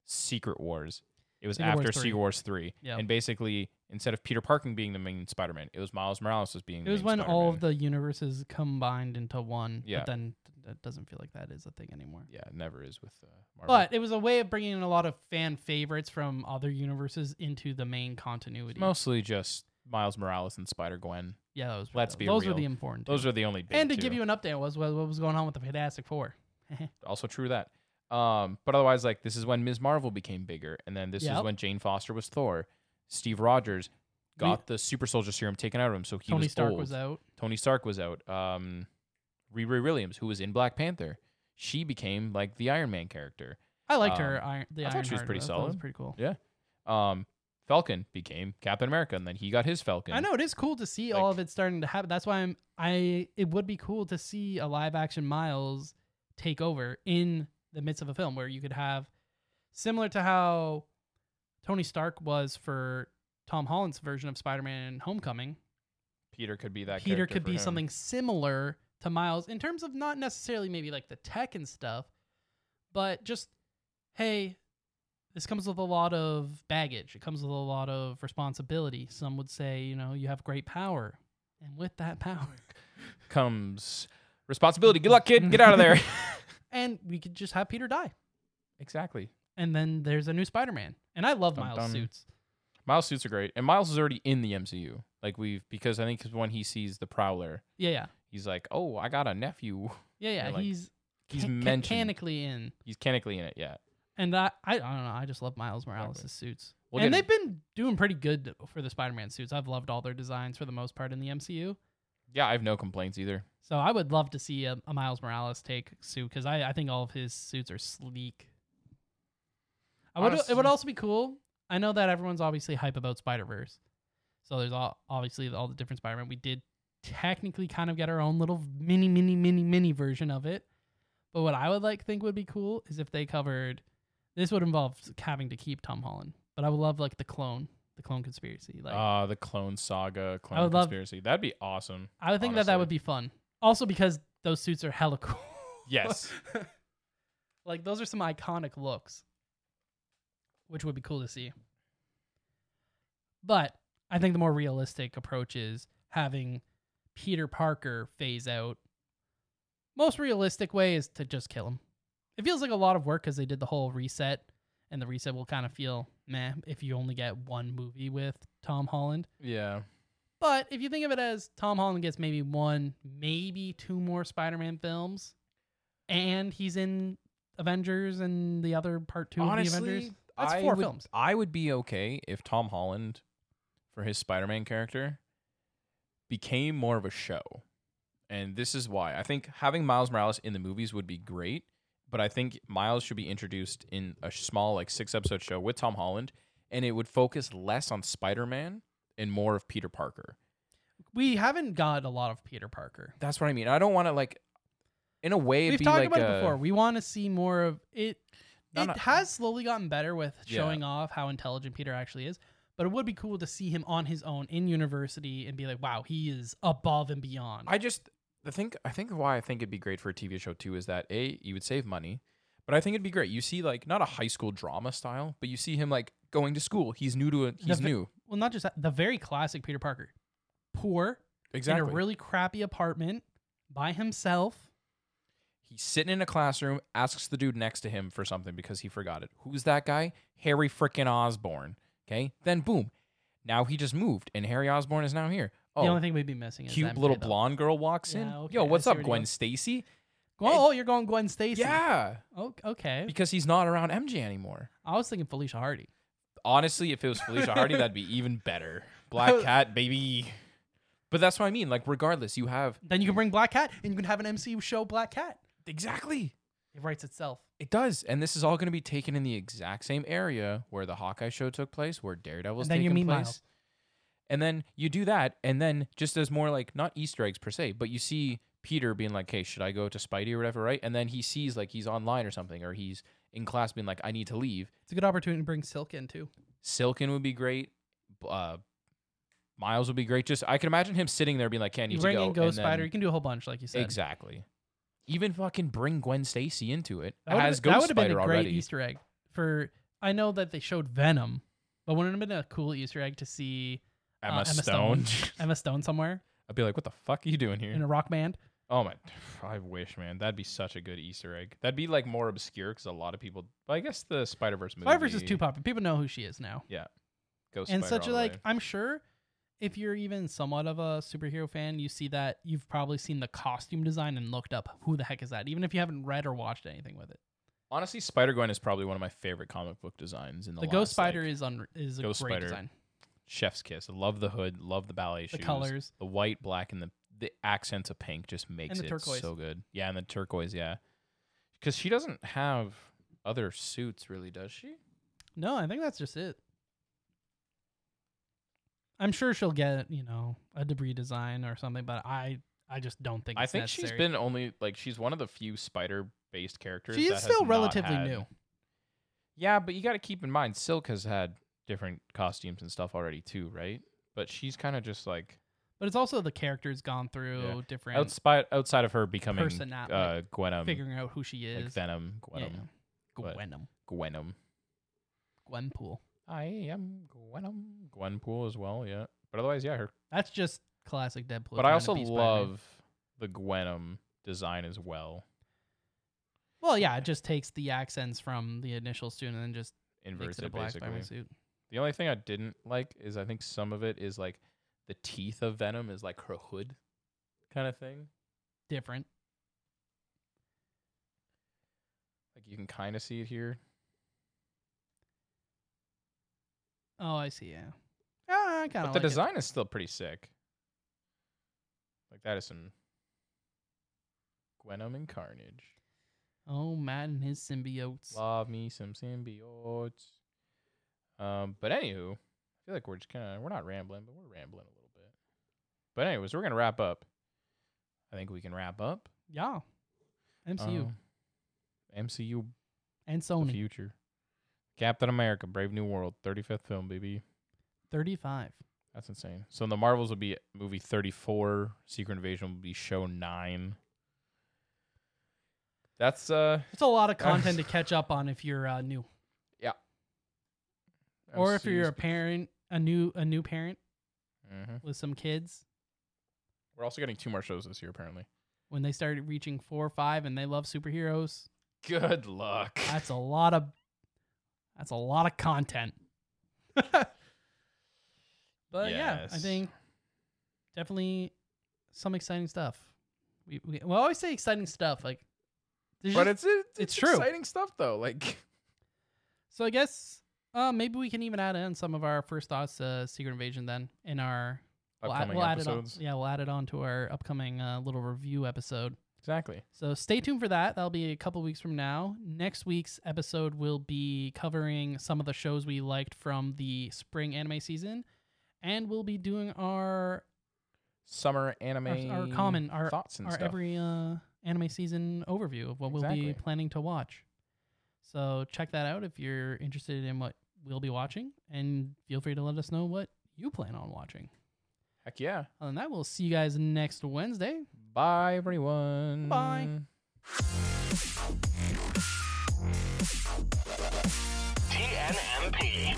[SPEAKER 1] Secret Wars. It was
[SPEAKER 3] Secret Wars
[SPEAKER 1] after
[SPEAKER 3] 3.
[SPEAKER 1] Secret Wars three,
[SPEAKER 3] Yeah.
[SPEAKER 1] and basically instead of Peter Parker being the main Spider-Man, it was Miles Morales as being.
[SPEAKER 3] it
[SPEAKER 1] the
[SPEAKER 3] was
[SPEAKER 1] main
[SPEAKER 3] when all of
[SPEAKER 1] Spider-Man.
[SPEAKER 3] the universes combined into one.
[SPEAKER 1] Yeah.
[SPEAKER 3] but then that doesn't feel like that is a thing anymore.
[SPEAKER 1] yeah it never is with uh, Marvel.
[SPEAKER 3] But it was a way of bringing in a lot of fan favorites from other universes into the main continuity.
[SPEAKER 1] mostly just Miles Morales and Spider Gwen.
[SPEAKER 3] yeah, those were,
[SPEAKER 1] let's
[SPEAKER 3] the-
[SPEAKER 1] be
[SPEAKER 3] those
[SPEAKER 1] real.
[SPEAKER 3] were the important.
[SPEAKER 1] Those are the only big
[SPEAKER 3] and to
[SPEAKER 1] two.
[SPEAKER 3] give you an update was what, what was going on with the Fantastic Four.
[SPEAKER 1] also true that. Um, but otherwise, like this is when Ms. Marvel became bigger, and then this is
[SPEAKER 3] Yep.
[SPEAKER 1] when Jane Foster was Thor. Steve Rogers got the super soldier serum taken out of him, so he
[SPEAKER 3] Tony
[SPEAKER 1] was
[SPEAKER 3] Stark
[SPEAKER 1] old.
[SPEAKER 3] was out.
[SPEAKER 1] Tony Stark was out. Um, Riri Williams, who was in Black Panther, she became like the Iron Man character.
[SPEAKER 3] I liked
[SPEAKER 1] Um,
[SPEAKER 3] her. Iron, the
[SPEAKER 1] I thought she was
[SPEAKER 3] Ironheart,
[SPEAKER 1] pretty
[SPEAKER 3] though. That was
[SPEAKER 1] solid.
[SPEAKER 3] pretty cool.
[SPEAKER 1] Yeah, Um, Falcon became Captain America, and then he got his Falcon.
[SPEAKER 3] I know it is cool to see all
[SPEAKER 1] Like-
[SPEAKER 3] of it starting to happen. That's why I'm. I it would be cool to see a live action Miles take over in the midst of a film where you could have similar to how Tony Stark was for Tom Holland's version of Spider-Man in Homecoming.
[SPEAKER 1] Peter could be that.
[SPEAKER 3] Peter
[SPEAKER 1] character
[SPEAKER 3] could
[SPEAKER 1] for
[SPEAKER 3] be
[SPEAKER 1] him.
[SPEAKER 3] something similar to Miles in terms of not necessarily maybe like the tech and stuff, but just hey, this comes with a lot of baggage. It comes with a lot of responsibility. Some would say, you know, you have great power, and with that power,
[SPEAKER 1] comes responsibility. Good luck, kid. Get out of there.
[SPEAKER 3] and we could just have Peter die,
[SPEAKER 1] exactly.
[SPEAKER 3] and then there's a new Spider-Man. And I love
[SPEAKER 1] Dun
[SPEAKER 3] Miles
[SPEAKER 1] dun.
[SPEAKER 3] suits.
[SPEAKER 1] Miles suits are great, and Miles is already in the MCU. Like we've because I think when he sees the Prowler,
[SPEAKER 3] Yeah, yeah,
[SPEAKER 1] he's like, "Oh, I got a nephew."
[SPEAKER 3] yeah, yeah.
[SPEAKER 1] Yeah, like,
[SPEAKER 3] he's
[SPEAKER 1] He's
[SPEAKER 3] ca- ca-
[SPEAKER 1] mentioned.
[SPEAKER 3] mechanically in,
[SPEAKER 1] He's canonically in it. Yeah,
[SPEAKER 3] and I, I, I don't know. I just love Miles Morales' suits.
[SPEAKER 1] We'll
[SPEAKER 3] and
[SPEAKER 1] get
[SPEAKER 3] they've been doing pretty good for the Spider-Man suits. I've loved all their designs for the most part in the MCU.
[SPEAKER 1] yeah. I have no complaints either.
[SPEAKER 3] So I would love to see a, a Miles Morales take suit because I, I think all of his suits are sleek. I would, it
[SPEAKER 1] Honestly-
[SPEAKER 3] would also be cool. I know that everyone's obviously hype about Spider Verse, so there's all, obviously all the different Spider Man. We did technically kind of get our own little mini, mini, mini, mini version of it. But what I would like think would be cool is if they covered. This would involve having to keep Tom Holland, but I would love like the clone, the clone conspiracy. Like
[SPEAKER 1] Ah, the clone saga, clone
[SPEAKER 3] would love-
[SPEAKER 1] conspiracy. That'd be awesome.
[SPEAKER 3] I would think that that
[SPEAKER 1] honestly.
[SPEAKER 3] would be fun. Also because those suits are hella cool.
[SPEAKER 1] Yes.
[SPEAKER 3] like those are some iconic looks, which would be cool to see. But I think the more realistic approach is having Peter Parker phase out. Most realistic way is to just kill him. It feels like a lot of work because they did the whole reset, and the reset will kind of feel meh if you only get one movie with Tom Holland.
[SPEAKER 1] yeah.
[SPEAKER 3] But if you think of it as Tom Holland gets maybe one, maybe two more Spider-Man films, and he's in Avengers and the other part two of the Avengers. That's
[SPEAKER 1] I
[SPEAKER 3] four
[SPEAKER 1] would-
[SPEAKER 3] films.
[SPEAKER 1] I would be okay if Tom Holland, for his Spider-Man character, became more of a show, and this is why I think having Miles Morales in the movies would be great. But I think Miles should be introduced in a small, like six episode show with Tom Holland, and it would focus less on Spider-Man and more of Peter Parker.
[SPEAKER 3] We haven't got a lot of Peter Parker.
[SPEAKER 1] That's what I mean. I don't want to like in a way it'd
[SPEAKER 3] We've
[SPEAKER 1] be
[SPEAKER 3] talked
[SPEAKER 1] like
[SPEAKER 3] about it
[SPEAKER 1] a-
[SPEAKER 3] before. We want to see more of it.
[SPEAKER 1] No,
[SPEAKER 3] it
[SPEAKER 1] no.
[SPEAKER 3] has slowly gotten better with
[SPEAKER 1] Yeah.
[SPEAKER 3] showing off how intelligent Peter actually is, but it would be cool to see him on his own in university and be like, "Wow, he is above and beyond."
[SPEAKER 1] I just the thing I think why I think it'd be great for a TV show too is that a you would save money, but I think it'd be great. You see like not a high school drama style, but you see him like going to school. He's new to a, he's
[SPEAKER 3] ve-
[SPEAKER 1] new
[SPEAKER 3] well, not just that, the very classic Peter Parker, poor in a really crappy apartment by himself.
[SPEAKER 1] He's sitting in a classroom, asks the dude next to him for something because he forgot it. Who's that guy? Harry frickin' Osborne. Okay, then boom, now he just moved, and Harry Osborne is now here.
[SPEAKER 3] the
[SPEAKER 1] Oh,
[SPEAKER 3] only thing we'd be missing is
[SPEAKER 1] cute
[SPEAKER 3] MJ,
[SPEAKER 1] little
[SPEAKER 3] though.
[SPEAKER 1] blonde girl walks in.
[SPEAKER 3] Yeah, okay, I
[SPEAKER 1] Yo, what's
[SPEAKER 3] see
[SPEAKER 1] up,
[SPEAKER 3] where you're
[SPEAKER 1] Gwen
[SPEAKER 3] going.
[SPEAKER 1] Stacy?
[SPEAKER 3] Go- Oh, you're going Gwen Stacy.
[SPEAKER 1] Yeah,
[SPEAKER 3] Oh, okay.
[SPEAKER 1] because he's not around MJ anymore.
[SPEAKER 3] I was thinking Felicia Hardy.
[SPEAKER 1] honestly, if it was Felicia Hardy, that'd be even better. Black Cat, baby. But that's what I mean. Like, regardless, you have
[SPEAKER 3] Then you can bring Black Cat, and you can have an MCU show Black Cat.
[SPEAKER 1] exactly.
[SPEAKER 3] It writes itself.
[SPEAKER 1] It does, and this is all going to be taken in the exact same area where the Hawkeye show took place, where Daredevil's
[SPEAKER 3] And then you
[SPEAKER 1] taking
[SPEAKER 3] meet
[SPEAKER 1] place.
[SPEAKER 3] Miles.
[SPEAKER 1] And then you do that, and then just as more like not Easter eggs per se, but you see Peter being like, "Hey, should I go to Spidey or whatever?" Right? And then he sees like he's online or something, or he's in class being like, "I need to leave."
[SPEAKER 3] It's a good opportunity to bring Silk in too.
[SPEAKER 1] Silken would be great. B- Uh, Miles would be great. Just I can imagine him sitting there being like, "Can you
[SPEAKER 3] You
[SPEAKER 1] need
[SPEAKER 3] bring
[SPEAKER 1] to go?"
[SPEAKER 3] in Ghost
[SPEAKER 1] and then-
[SPEAKER 3] Spider. You can do a whole bunch, like you said.
[SPEAKER 1] exactly. Even fucking bring Gwen Stacy into it
[SPEAKER 3] That would've
[SPEAKER 1] as
[SPEAKER 3] been- that
[SPEAKER 1] Ghost
[SPEAKER 3] would've been
[SPEAKER 1] Spider
[SPEAKER 3] a great
[SPEAKER 1] already.
[SPEAKER 3] Easter egg for. I know that they showed Venom, but wouldn't it have been a cool Easter egg to see uh,
[SPEAKER 1] Emma, Stone.
[SPEAKER 3] Emma Stone somewhere
[SPEAKER 1] I'd be like, "What the fuck are you doing
[SPEAKER 3] in
[SPEAKER 1] here?"
[SPEAKER 3] a rock band?
[SPEAKER 1] Oh my, I wish, man. That'd be such a good Easter egg. That'd be like more obscure because a lot of people. Well, I guess the Spider Verse movie.
[SPEAKER 3] Spider Verse is too popular. People know who she is now,
[SPEAKER 1] Ghost
[SPEAKER 3] and
[SPEAKER 1] Spider
[SPEAKER 3] such
[SPEAKER 1] all the
[SPEAKER 3] like
[SPEAKER 1] way.
[SPEAKER 3] I'm sure if you're even somewhat of a superhero fan, you see that you've probably seen the costume design and looked up who the heck is that, even if you haven't read or watched anything with it.
[SPEAKER 1] Honestly, Spider Gwen is probably one of my favorite comic book designs in the.
[SPEAKER 3] The, Ghost
[SPEAKER 1] last, like,
[SPEAKER 3] Spider is on is a
[SPEAKER 1] Ghost
[SPEAKER 3] great
[SPEAKER 1] Spider,
[SPEAKER 3] design.
[SPEAKER 1] Chef's kiss. I love the hood. Love the ballet
[SPEAKER 3] The
[SPEAKER 1] shoes.
[SPEAKER 3] colors.
[SPEAKER 1] the white, black, and the the accents of pink just makes
[SPEAKER 3] the
[SPEAKER 1] it
[SPEAKER 3] turquoise.
[SPEAKER 1] so good. Yeah, and the turquoise. Yeah, because she doesn't have other suits, really, does she?
[SPEAKER 3] No, I think that's just it. I'm sure she'll get you know a debris design or something, but I I just don't think
[SPEAKER 1] I
[SPEAKER 3] it's
[SPEAKER 1] think she's
[SPEAKER 3] necessary.
[SPEAKER 1] been only like she's one of the few spider-based characters. that
[SPEAKER 3] she's
[SPEAKER 1] has
[SPEAKER 3] still
[SPEAKER 1] not
[SPEAKER 3] relatively
[SPEAKER 1] had-
[SPEAKER 3] new.
[SPEAKER 1] Yeah, but you got to keep in mind, Silk has had different costumes and stuff already too, right? But she's kind of just like
[SPEAKER 3] But it's also the character's gone through
[SPEAKER 1] Yeah.
[SPEAKER 3] different
[SPEAKER 1] outside outside of her becoming
[SPEAKER 3] Person not,
[SPEAKER 1] uh,
[SPEAKER 3] like,
[SPEAKER 1] Gwenum,
[SPEAKER 3] figuring out who she
[SPEAKER 1] like
[SPEAKER 3] is.
[SPEAKER 1] Venom,
[SPEAKER 3] Yeah,
[SPEAKER 1] Gwenum,
[SPEAKER 3] yeah.
[SPEAKER 1] but-
[SPEAKER 3] Gwenum.
[SPEAKER 1] Gwenum.
[SPEAKER 3] Gwenpool.
[SPEAKER 1] I am Gwenum, Gwenpool as well. Yeah, but otherwise, yeah, her
[SPEAKER 3] That's just classic Deadpool.
[SPEAKER 1] But
[SPEAKER 3] It's
[SPEAKER 1] I
[SPEAKER 3] not
[SPEAKER 1] also
[SPEAKER 3] gonna be Spider-Man.
[SPEAKER 1] love the Gwenum design as well.
[SPEAKER 3] Well, yeah, it just takes the accents from the initial suit and then just makes
[SPEAKER 1] Inverted,
[SPEAKER 3] it a black
[SPEAKER 1] basically.
[SPEAKER 3] Spider-Man suit.
[SPEAKER 1] The only thing I didn't like is I think some of it is like the teeth of Venom is like her hood kind of thing.
[SPEAKER 3] Different.
[SPEAKER 1] Like you can kind of see it here.
[SPEAKER 3] Oh, I see. Yeah. Ah, I kind
[SPEAKER 1] But
[SPEAKER 3] of like
[SPEAKER 1] the
[SPEAKER 3] it.
[SPEAKER 1] design is still pretty sick. Like that is some Gwenum and Carnage.
[SPEAKER 3] Oh, Matt and his symbiotes.
[SPEAKER 1] Love me some symbiotes. Um, but anywho, I feel like we're just kind of we're not rambling, but we're rambling a little bit. But anyways, we're gonna wrap up. I think we can wrap up.
[SPEAKER 3] Yeah. MCU
[SPEAKER 1] Um, MCU,
[SPEAKER 3] and
[SPEAKER 1] the
[SPEAKER 3] Sony.
[SPEAKER 1] future. Captain America, Brave New World, 35th film, baby.
[SPEAKER 3] 35.
[SPEAKER 1] That's insane. So the Marvels will be movie 34. Secret Invasion will be show nine. That's uh,
[SPEAKER 3] It's a lot of content to catch up on if you're uh, new, or if you're a parent, a new a new parent
[SPEAKER 1] Mhm.
[SPEAKER 3] with some kids.
[SPEAKER 1] We're also getting two more shows this year, apparently.
[SPEAKER 3] When they started reaching four or five, and they love superheroes,
[SPEAKER 1] Good luck.
[SPEAKER 3] that's a lot of that's a lot of content. but yeah, I
[SPEAKER 1] Yes.
[SPEAKER 3] think definitely some exciting stuff. We we, we always say exciting stuff like, there's
[SPEAKER 1] But
[SPEAKER 3] just-
[SPEAKER 1] it's it's,
[SPEAKER 3] it's true.
[SPEAKER 1] exciting stuff though. Like
[SPEAKER 3] So I guess uh, maybe we can even add in some of our first thoughts to Secret Invasion then in our we'll add,
[SPEAKER 1] upcoming
[SPEAKER 3] we'll add it on.
[SPEAKER 1] episodes.
[SPEAKER 3] Yeah, we'll add it on to our upcoming uh, little review episode.
[SPEAKER 1] Exactly.
[SPEAKER 3] So stay tuned for that. That'll be a couple weeks from now. Next week's episode will be covering some of the shows we liked from the spring anime season, and we'll be doing our
[SPEAKER 1] Summer
[SPEAKER 3] our,
[SPEAKER 1] anime.
[SPEAKER 3] our common our
[SPEAKER 1] thoughts and
[SPEAKER 3] our
[SPEAKER 1] stuff.
[SPEAKER 3] every uh, anime season overview of what we'll
[SPEAKER 1] Exactly.
[SPEAKER 3] be planning to watch. So check that out if you're interested in what we'll be watching, and feel free to let us know what you plan on watching.
[SPEAKER 1] Heck yeah.
[SPEAKER 3] Other than that, we'll see you guys next Wednesday.
[SPEAKER 1] Bye everyone.
[SPEAKER 3] Bye.
[SPEAKER 2] TNMP.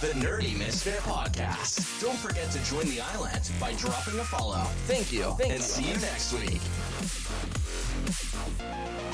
[SPEAKER 2] The Nerdy Misfit Podcast. Don't forget to join the island by dropping a follow. Thank you. and see you next week.